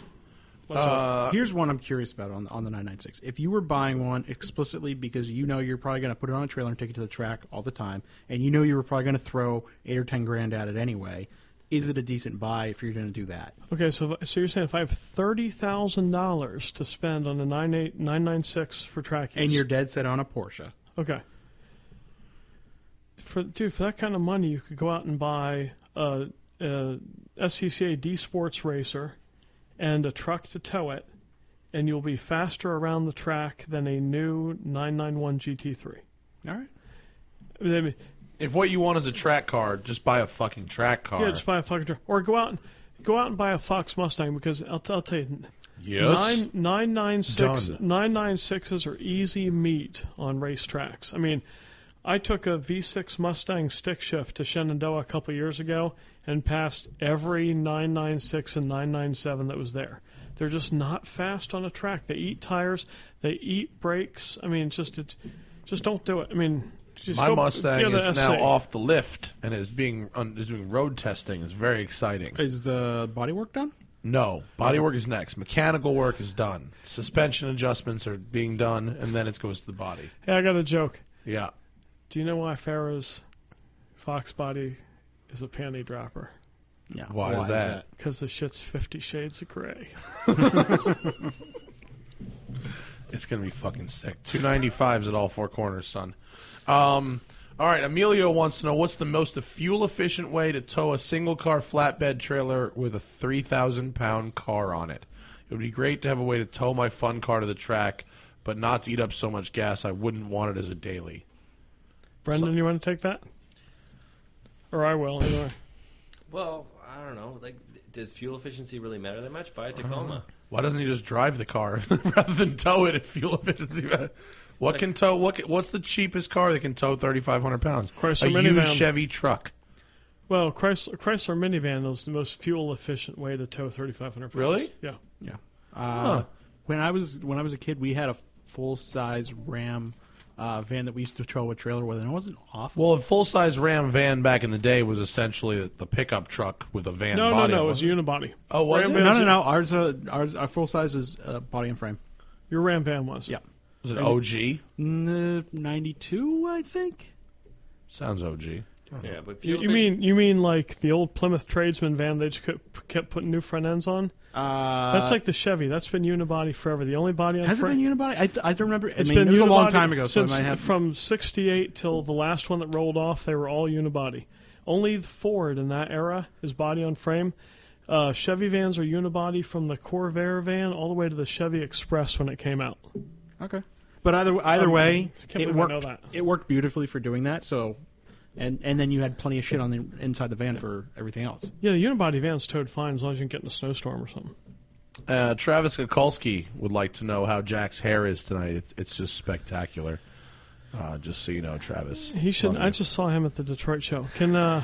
So Uh, here's one I'm curious about on on the 996. If you were buying one explicitly because you know you're probably going to put it on a trailer and take it to the track all the time, and you know you were probably going to throw eight or ten grand at it anyway, is it a decent buy if you're going to do that? Okay, so so you're saying if I have thirty thousand dollars to spend on a nine eight nine nine six for track use, And you're dead set on a Porsche. okay. For dude, for that kind of money, you could go out and buy a, a SCCA D Sports racer and a truck to tow it, and you'll be faster around the track than a new nine nine one GT3. All right. I mean, I mean, If what you want is a track car, just buy a fucking track car. yeah, just buy a fucking truck, or go out and go out and buy a Fox Mustang because I'll, I'll tell you. Nine, nine, nine, six, Done. nine, nine sixes are easy meat on racetracks. I mean, I took a V6 Mustang stick shift to Shenandoah a couple years ago and passed every 996 and 997 that was there. They're just not fast on a track. They eat tires, they eat brakes. I mean, it's just it's, just don't do it. I mean, just My go, Mustang get a is now SA. off the lift and is being un, is doing road testing. It's very exciting. Is the bodywork done? No, body work is next. Mechanical work is done. Suspension adjustments are being done, and then it goes to the body. Hey, I got a joke. Yeah. Do you know why Farrah's Fox body is a panty dropper? Yeah. Why is that? because the shit's Fifty Shades of Grey. It's gonna be fucking sick. Two ninety fives at all four corners, son. Um, all right, Emilio wants to know what's the most fuel efficient way to tow a single car flatbed trailer with a three thousand pound car on it. It would be great to have a way to tow my fun car to the track, but not to eat up so much gas. I wouldn't want it as a daily. Brendan, you want to take that? Or I will anyway. Well, I don't know. Like, does fuel efficiency really matter that much? Buy a Tacoma. Why doesn't he just drive the car rather than tow it at fuel efficiency? What can tow? What can, what's the cheapest car that can tow thirty five hundred pounds? Chrysler A used minivan. Chevy truck. Well, Chrysler, Chrysler minivan is the most fuel efficient way to tow 3,500 pounds. Really? Yeah. Uh, Huh. When I was when I was a kid, we had a full size Ram uh, van that we used to tow a trailer with, and it wasn't awful. Well, a full size Ram van back in the day was essentially the pickup truck with a van No, no, body. no. It was wasn't a unibody. Oh, was Ram it? van- no, no, no. Ours, uh, ours, our full size is uh, body and frame. Your Ram van was. Yeah. Was it OG? Ninety two, I think. Sounds OG. Yeah, but You, fuel you mean you mean like the old Plymouth tradesman van they just kept, kept putting new front ends on? Uh, That's like the Chevy. That's been unibody forever. The only body on has front. it been unibody? I, th- I don't remember. It's I mean, been it was a long unibody time ago, so it since might have. from '68 till the last one that rolled off, they were all unibody. Only the Ford in that era is body on frame. Uh, Chevy vans are unibody from the Corvair van all the way to the Chevy Express when it came out. okay. But either either Um, way, can't it believe I worked. know that. It worked beautifully for doing that. So, and and then you had plenty of shit on the inside the van for everything else. Yeah, the unibody van's towed fine as long as you can get in a snowstorm or something. Uh, Travis Kokolski would like to know how Jack's hair is tonight. It's, it's just spectacular. Uh, just so you know, Travis. He should. Love I you. just saw him at the Detroit show. Can uh,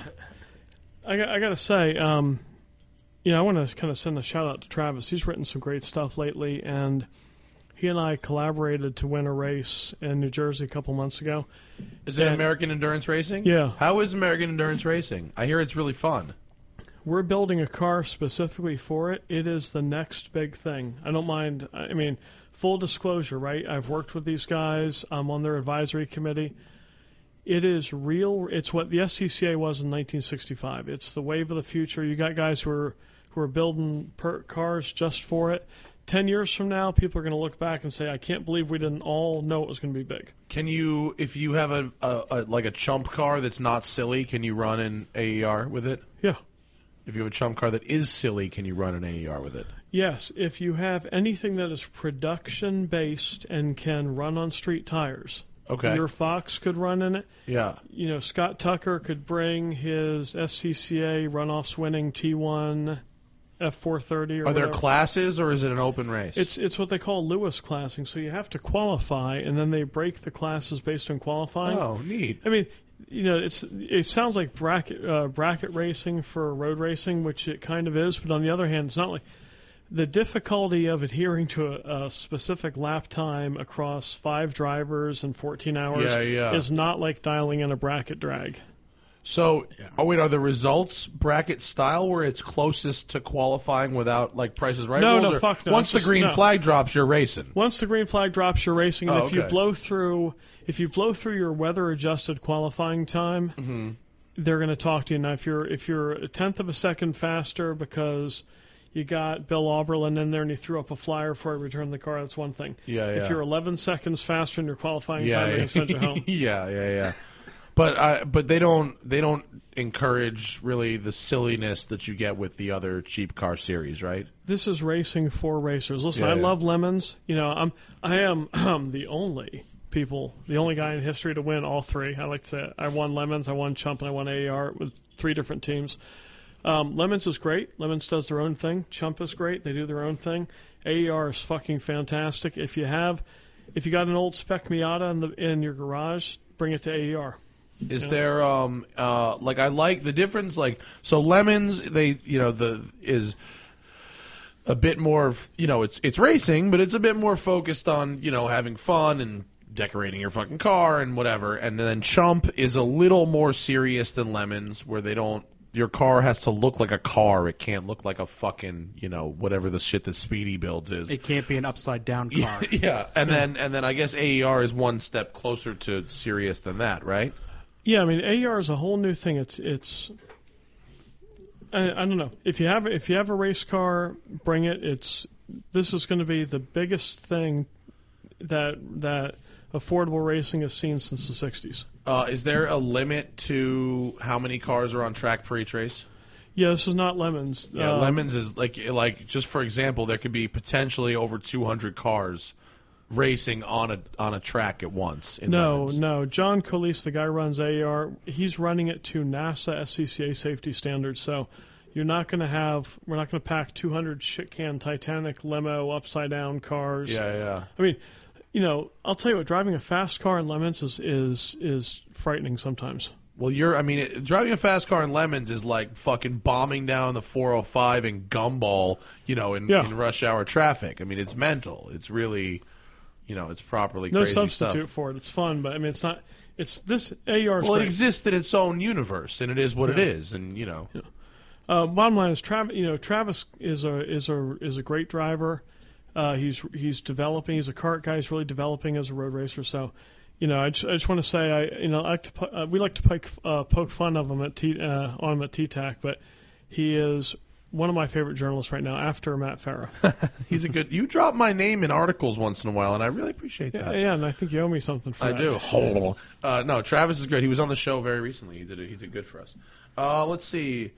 I? got- I gotta say, um, you know, I want to kind of send a shout out to Travis. He's written some great stuff lately, and he and I collaborated to win a race in New Jersey a couple months ago. Is it Yeah. American Endurance Racing? Yeah. How is American Endurance Racing? I hear it's really fun. We're building a car specifically for it. It is the next big thing. I don't mind. I mean, full disclosure, right? I've worked with these guys. I'm on their advisory committee. It is real. It's what the SCCA was in 1965. It's the wave of the future. You got guys who are who are building per- cars just for it. Ten years from now, people are going to look back and say, "I can't believe we didn't all know it was going to be big." Can you, if you have a, a, a like a chump car that's not silly, can you run an AER with it? Yeah. If you have a chump car that is silly, can you run an AER with it? Yes, if you have anything that is production based and can run on street tires, Okay. Your Fox could run in it. yeah. You know, Scott Tucker could bring his SCCA runoffs winning T1 F430 or Are there whatever. classes or is it an open race? it's it's what they call Lewis classing, so you have to qualify, and then they break the classes based on qualifying. oh neat. I mean, you know, it's it sounds like bracket uh, bracket racing for road racing, which it kind of is. But on the other hand, it's not like the difficulty of adhering to a, a specific lap time across five drivers in 14 hours Yeah, yeah. is not like dialing in a bracket drag. So, oh wait, are the results bracket style where it's closest to qualifying without like prices right? No, rules, no, or fuck no, Once it's the just- green no. flag drops, you're racing. Once the green flag drops, you're racing, and Oh, if you okay. blow through if you blow through your weather adjusted qualifying time, they're going to talk to you. Now, if you're if you're a tenth of a second faster because you got Bill Oberlin in there and he threw up a flyer before he returned the car, that's one thing. Yeah, Oh, yeah. If you're 11 seconds faster in your qualifying time, they're yeah, going to send you home. yeah, yeah, yeah. But I, but they don't they don't encourage really the silliness that you get with the other cheap car series, right? This is racing for racers. Listen, Yeah, I yeah. love lemons. You know, I'm I am the only people, the only guy in history to win all three. I like to say it. I won lemons, I won chump, and I won AAR with three different teams. Um, lemons is great. Lemons does their own thing. Chump is great. They do their own thing. AAR is fucking fantastic. If you have, if you got an old spec Miata in the in your garage, bring it to AAR. Is Yeah. there um uh like I like the difference like so lemons they you know the is a bit more f- you know it's it's racing but it's a bit more focused on you know having fun and decorating your fucking car and whatever and then chump is a little more serious than lemons where they don't your car has to look like a car it can't look like a fucking you know whatever the shit that speedy builds is It can't be an upside down car. yeah and then and then I guess AER is one step closer to serious than that right Yeah, I mean AR is a whole new thing. It's it's I, I don't know. If you have if you have a race car, bring it. It's this is going to be the biggest thing that that affordable racing has seen since the 60s. Uh, is there a limit to how many cars are on track per each race? Yeah, this is not lemons. Yeah, Um, lemons is like like just for example, there could be potentially over 200 cars racing on a on a track at once. In No, lemons. no. John Colis, the guy who runs AER, he's running it to NASA SCCA safety standards. So you're not going to have, we're not going to pack 200 shit can Titanic limo upside down cars. Yeah, yeah. I mean, you know, I'll tell you what, driving a fast car in lemons is is is frightening sometimes. Well, you're. I mean, it, driving a fast car in lemons is like fucking bombing down the 405 in gumball. You know, in, Yeah. in rush hour traffic. I mean, it's mental. It's really, you know, it's properly No crazy substitute stuff. for it. It's fun, but I mean, it's not. It's this AER is Well, it great. exists in its own universe, and it is what it is. And you know, Uh, bottom line is Travis. You know, Travis is a is a is a great driver. Uh, he's he's developing. He's a kart guy. He's really developing as a road racer. So, you know, I just, I just want to say I you know I like to pu- uh, we like to poke, uh, poke fun of him at T, uh, on him at T-Tac, but he is one of my favorite journalists right now after Matt Farah. he's a good. You drop my name in articles once in a while, and I really appreciate yeah, that. yeah, and I think you owe me something for I that. do. Hold on. Uh, no, Travis is great. He was on the show very recently. He did it. He did good for us. Uh, let's see.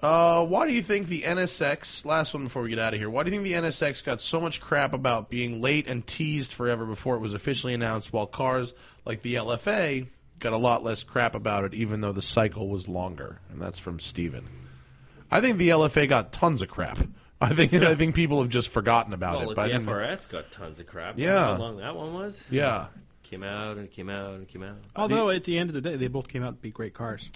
Uh, why do you think the NSX? Last one before we get out of here. Why do you think the NSX got so much crap about being late and teased forever before it was officially announced? While cars like the LFA got a lot less crap about it, even though the cycle was longer. And that's from Steven. I think the LFA got tons of crap. I think I think people have just forgotten about Well, it. the But I think- FRS got tons of crap. Yeah. How long that one was? yeah, Came out and came out and came out. Although at the end of the day, they both came out to be great cars.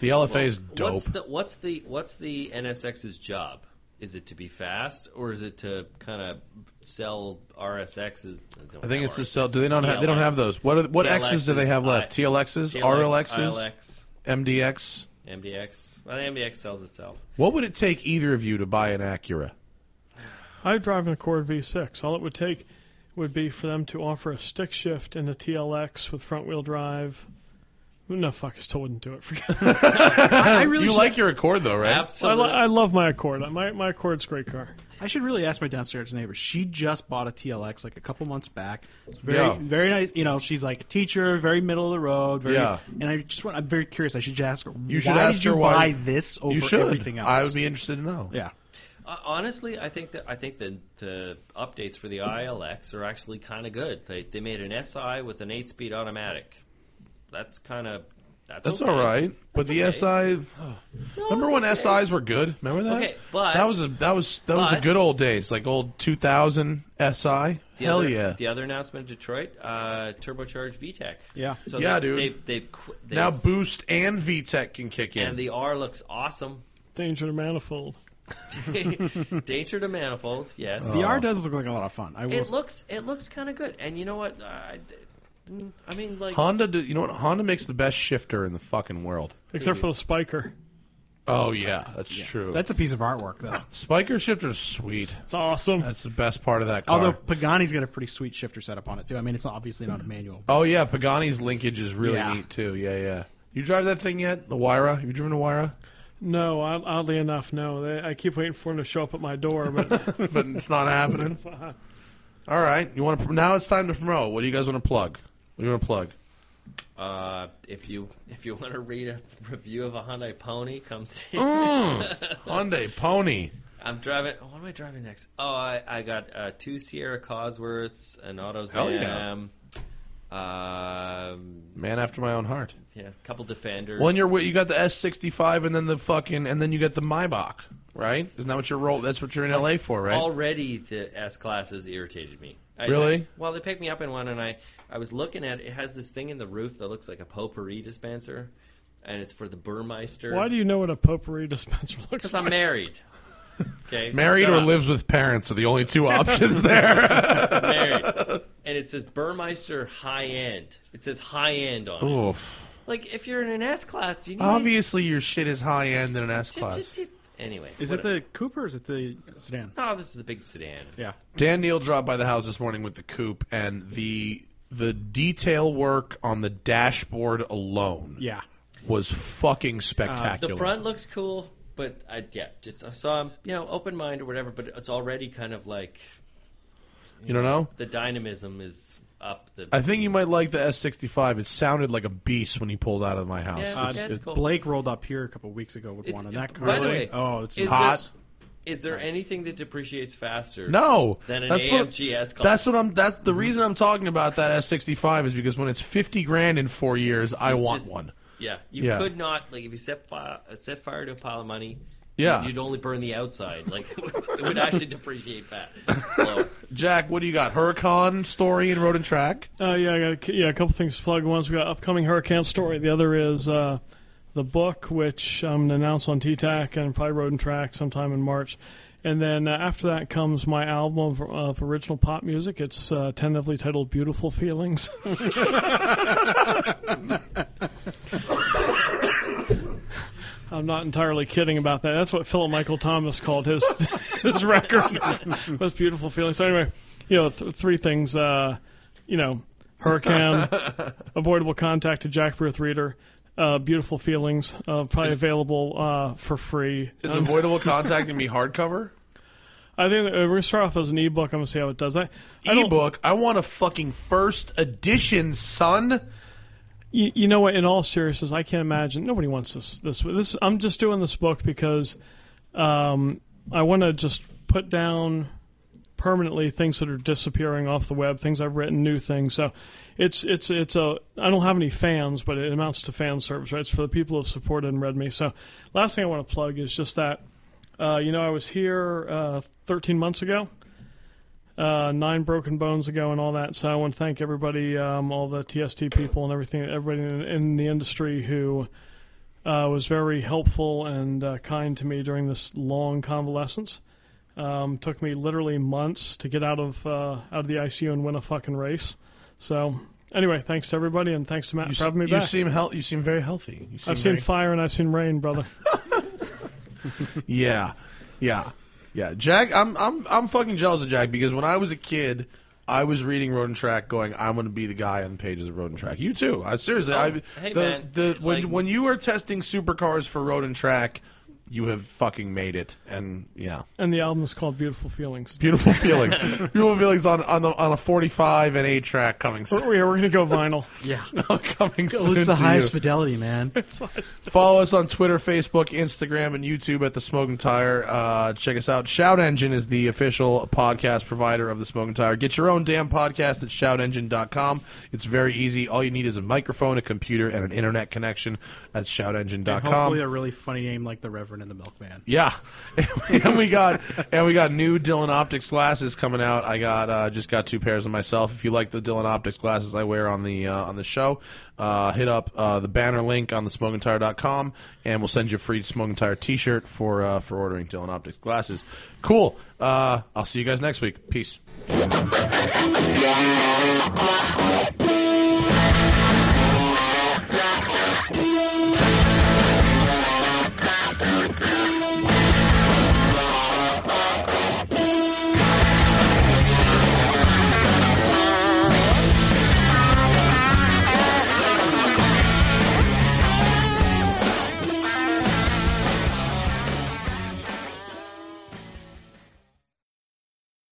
the LFA is dope. What's the what's the what's the NSX's job? Is it to be fast or is it to kind of sell RSXs? I think it's the cell. Do they not have? They don't have those. What are, what X's do they have left? TLXs, RLXs, ILX, MDX. MDX. Well, the MDX sells itself. What would it take either of you to buy an Acura? I drive an Accord V6. All it would take would be for them to offer a stick shift and a TLX with front wheel drive. No, fuck, I still wouldn't do it. Forget it. I, I really you should, like your Accord though, right? I, Absolutely. lo- I love my Accord. My my Accord's a great car. I should really ask my downstairs neighbor. She just bought a TLX like a couple months back. It's Very, Yeah. very nice. You know, she's like a teacher, very middle of the road. Very, Yeah. And I just want. I'm very curious. I should just ask her. You should why ask did her you why- buy this over you should. everything else? I would be interested to know. Yeah. Uh, Honestly, I think that I think the, the updates for the ILX are actually kind of good. They they made an SI with an eight-speed automatic. That's kind of that's, That's okay. all right. But the okay. SI. No, Remember it's when okay. SIs were good? Remember that? Okay, but- that was a, that was that was the but- good old days, like old 2000 SI. The Hell other, yeah! The other announcement in Detroit, uh, turbocharged VTEC. Yeah. So Yeah, they, dude. They've, they've, qu- they've Now Boost and VTEC can kick in. and the R looks awesome. Danger to manifold. Danger to manifolds, yes. Oh. The R does look like a lot of fun. I will. It looks it looks kind of good. And you know what? I, I mean, like Honda, do, you know what? Honda makes the best shifter in the fucking world. Except for the spiker. Oh yeah, that's true. that's a piece of artwork though. Spiker shifter's sweet. It's awesome. That's the best part of that car. Although Pagani's got a pretty sweet shifter setup on it too. I mean, it's obviously Hmm. not a manual. oh yeah, Pagani's linkage is really Yeah. neat too. Yeah, yeah. You drive that thing yet? The Huayra? Have you driven a Huayra? No, I, oddly enough, no. They, I keep waiting for them to show up at my door, but but it's not happening. it's not. All right, you want to? Now it's time to promote. What do you guys want to plug? What do you want to plug? uh, if you if you want to read a review of a Hyundai Pony, come see. Mm, Hyundai Pony. I'm driving. oh, What am I driving next? Oh, I, I got uh, two Sierra Cosworths, an Hell AutoZam, yeah. um, Man after my own heart. yeah, a couple Defenders. Well, and you're, you got the S65, and then the fucking, and then you got the Maybach, right? Isn't that what you're roll? That's what you're in LA for, right? Already the S classes irritated me. I, Really? well, they picked me up in one, and I I was looking at it. it has this thing in the roof that looks like a potpourri dispenser, and it's for the Burmeister. Why do you know what a potpourri dispenser looks Because I'm like? married. Okay. Married Shut or up. lives with parents are the only two options there. Married. And it says Burmeister high end. It says high end on it. Oof. Like if you're in an S class, do you need Obviously, your shit is high end in an S Ch- ch- class. ch- Anyway, Is it the Cooper? or Is it the sedan? No, this is a big sedan. Yeah. Dan Neal dropped by the house this morning with the coupe, and the the detail work on the dashboard alone Yeah. Uh, was fucking spectacular. The front looks cool. But I, yeah, just so I'm you know open mind or whatever. But it's already kind of like You don't know? the dynamism is up. The I think you might like the S65. It sounded like a beast when he pulled out of my house. Yeah. Uh, that's it's- cool. Blake rolled up here a couple weeks ago with It's- one, and that car. by the way, oh, it's is hot. This, is there Nice. anything that depreciates faster? No, Than an that's what AMG S class. that's what I'm. That's Mm-hmm. the reason I'm talking about that S65 is because when it's 50 grand in four years, I You want just- one. Yeah, you Yeah. could not like if you set fire, uh, set fire to a pile of money. Yeah, you'd only burn the outside. Like it would, it would actually depreciate that. So, Jack, what do you got? Huracan story in Road and Track. Uh, yeah, I got a, c- yeah, a couple things to plug. One's we got upcoming hurricane story. The other is uh, the book, which I'm going to announce on T-TAC and probably Road and Track sometime in March. And then uh, after that comes my album of, of original pop music. It's uh, tentatively titled "Beautiful Feelings." I'm not entirely kidding about that. That's what Philip Michael Thomas called his his record. was "Beautiful Feelings." So anyway, you know, th- three things. Uh, you know, Hurricane, Avoidable Contact to Jack Booth Reader, uh, Beautiful Feelings, uh, probably available uh, for free. Is Um, avoidable contacting me hardcover? I think uh, we're going to start off as an ebook. I'm going to see how it does. I, I don't- Ebook. I want a fucking first edition, son. you, you know what? In all seriousness, I can't imagine. Nobody wants this. This. This. I'm just doing this book because um, I want to just put down permanently things that are disappearing off the web, things I've written, new things. So it's it's it's a. I don't have any fans, but it amounts to fan service, right? It's for the people who've supported and read me. So last thing I want to plug is just that. Uh, you know, I was here uh, 13 months ago uh, nine broken bones ago and all that. So I want to thank everybody, um, all the TST people and everything, everybody in, in the industry who uh, was very helpful and uh, kind to me during this long convalescence. Um, took me literally months to get out of uh, out of the ICU and win a fucking race. So anyway, thanks to everybody and thanks to Matt You, for having me you back. seem healthy. You seem very healthy. You seem I've seen very- fire and I've seen rain, brother. Yeah, yeah, yeah. Jack, I'm I'm I'm fucking jealous of Jack because when I was a kid, I was reading Road and Track, going, I'm going to be the guy on the pages of Road and Track. You too. I seriously, Oh, I hey, the, man, the when like- when you were testing supercars for Road and Track, you have fucking made it, and yeah, and the album is called Beautiful Feelings. beautiful feeling, beautiful feelings on on the on a 45 and A track coming soon. We're, we're gonna go vinyl. yeah, coming it soon looks the to highest you. fidelity, man. Follow us on Twitter, Facebook, Instagram, and YouTube at The Smoking Tire. Uh, check us out. Shout Engine is the official podcast provider of The Smoking Tire. Get your own damn podcast at shoutengine.com. It's very easy. All you need is a microphone, a computer, and an internet connection. That's And hopefully, a shoutengine.com. really funny name like the Reverend and the Milkman. Yeah, and we got and we got new Dylan Optics glasses coming out. I got uh, just got two pairs of myself. If you like the Dylan Optics glasses I wear on the uh, on the show, uh, hit up uh, the banner link on thesmokingtire.com, and we'll send you a free Smoking Tire T-shirt for uh, for ordering Dylan Optics glasses. Cool. Uh, I'll see you guys next week. Peace.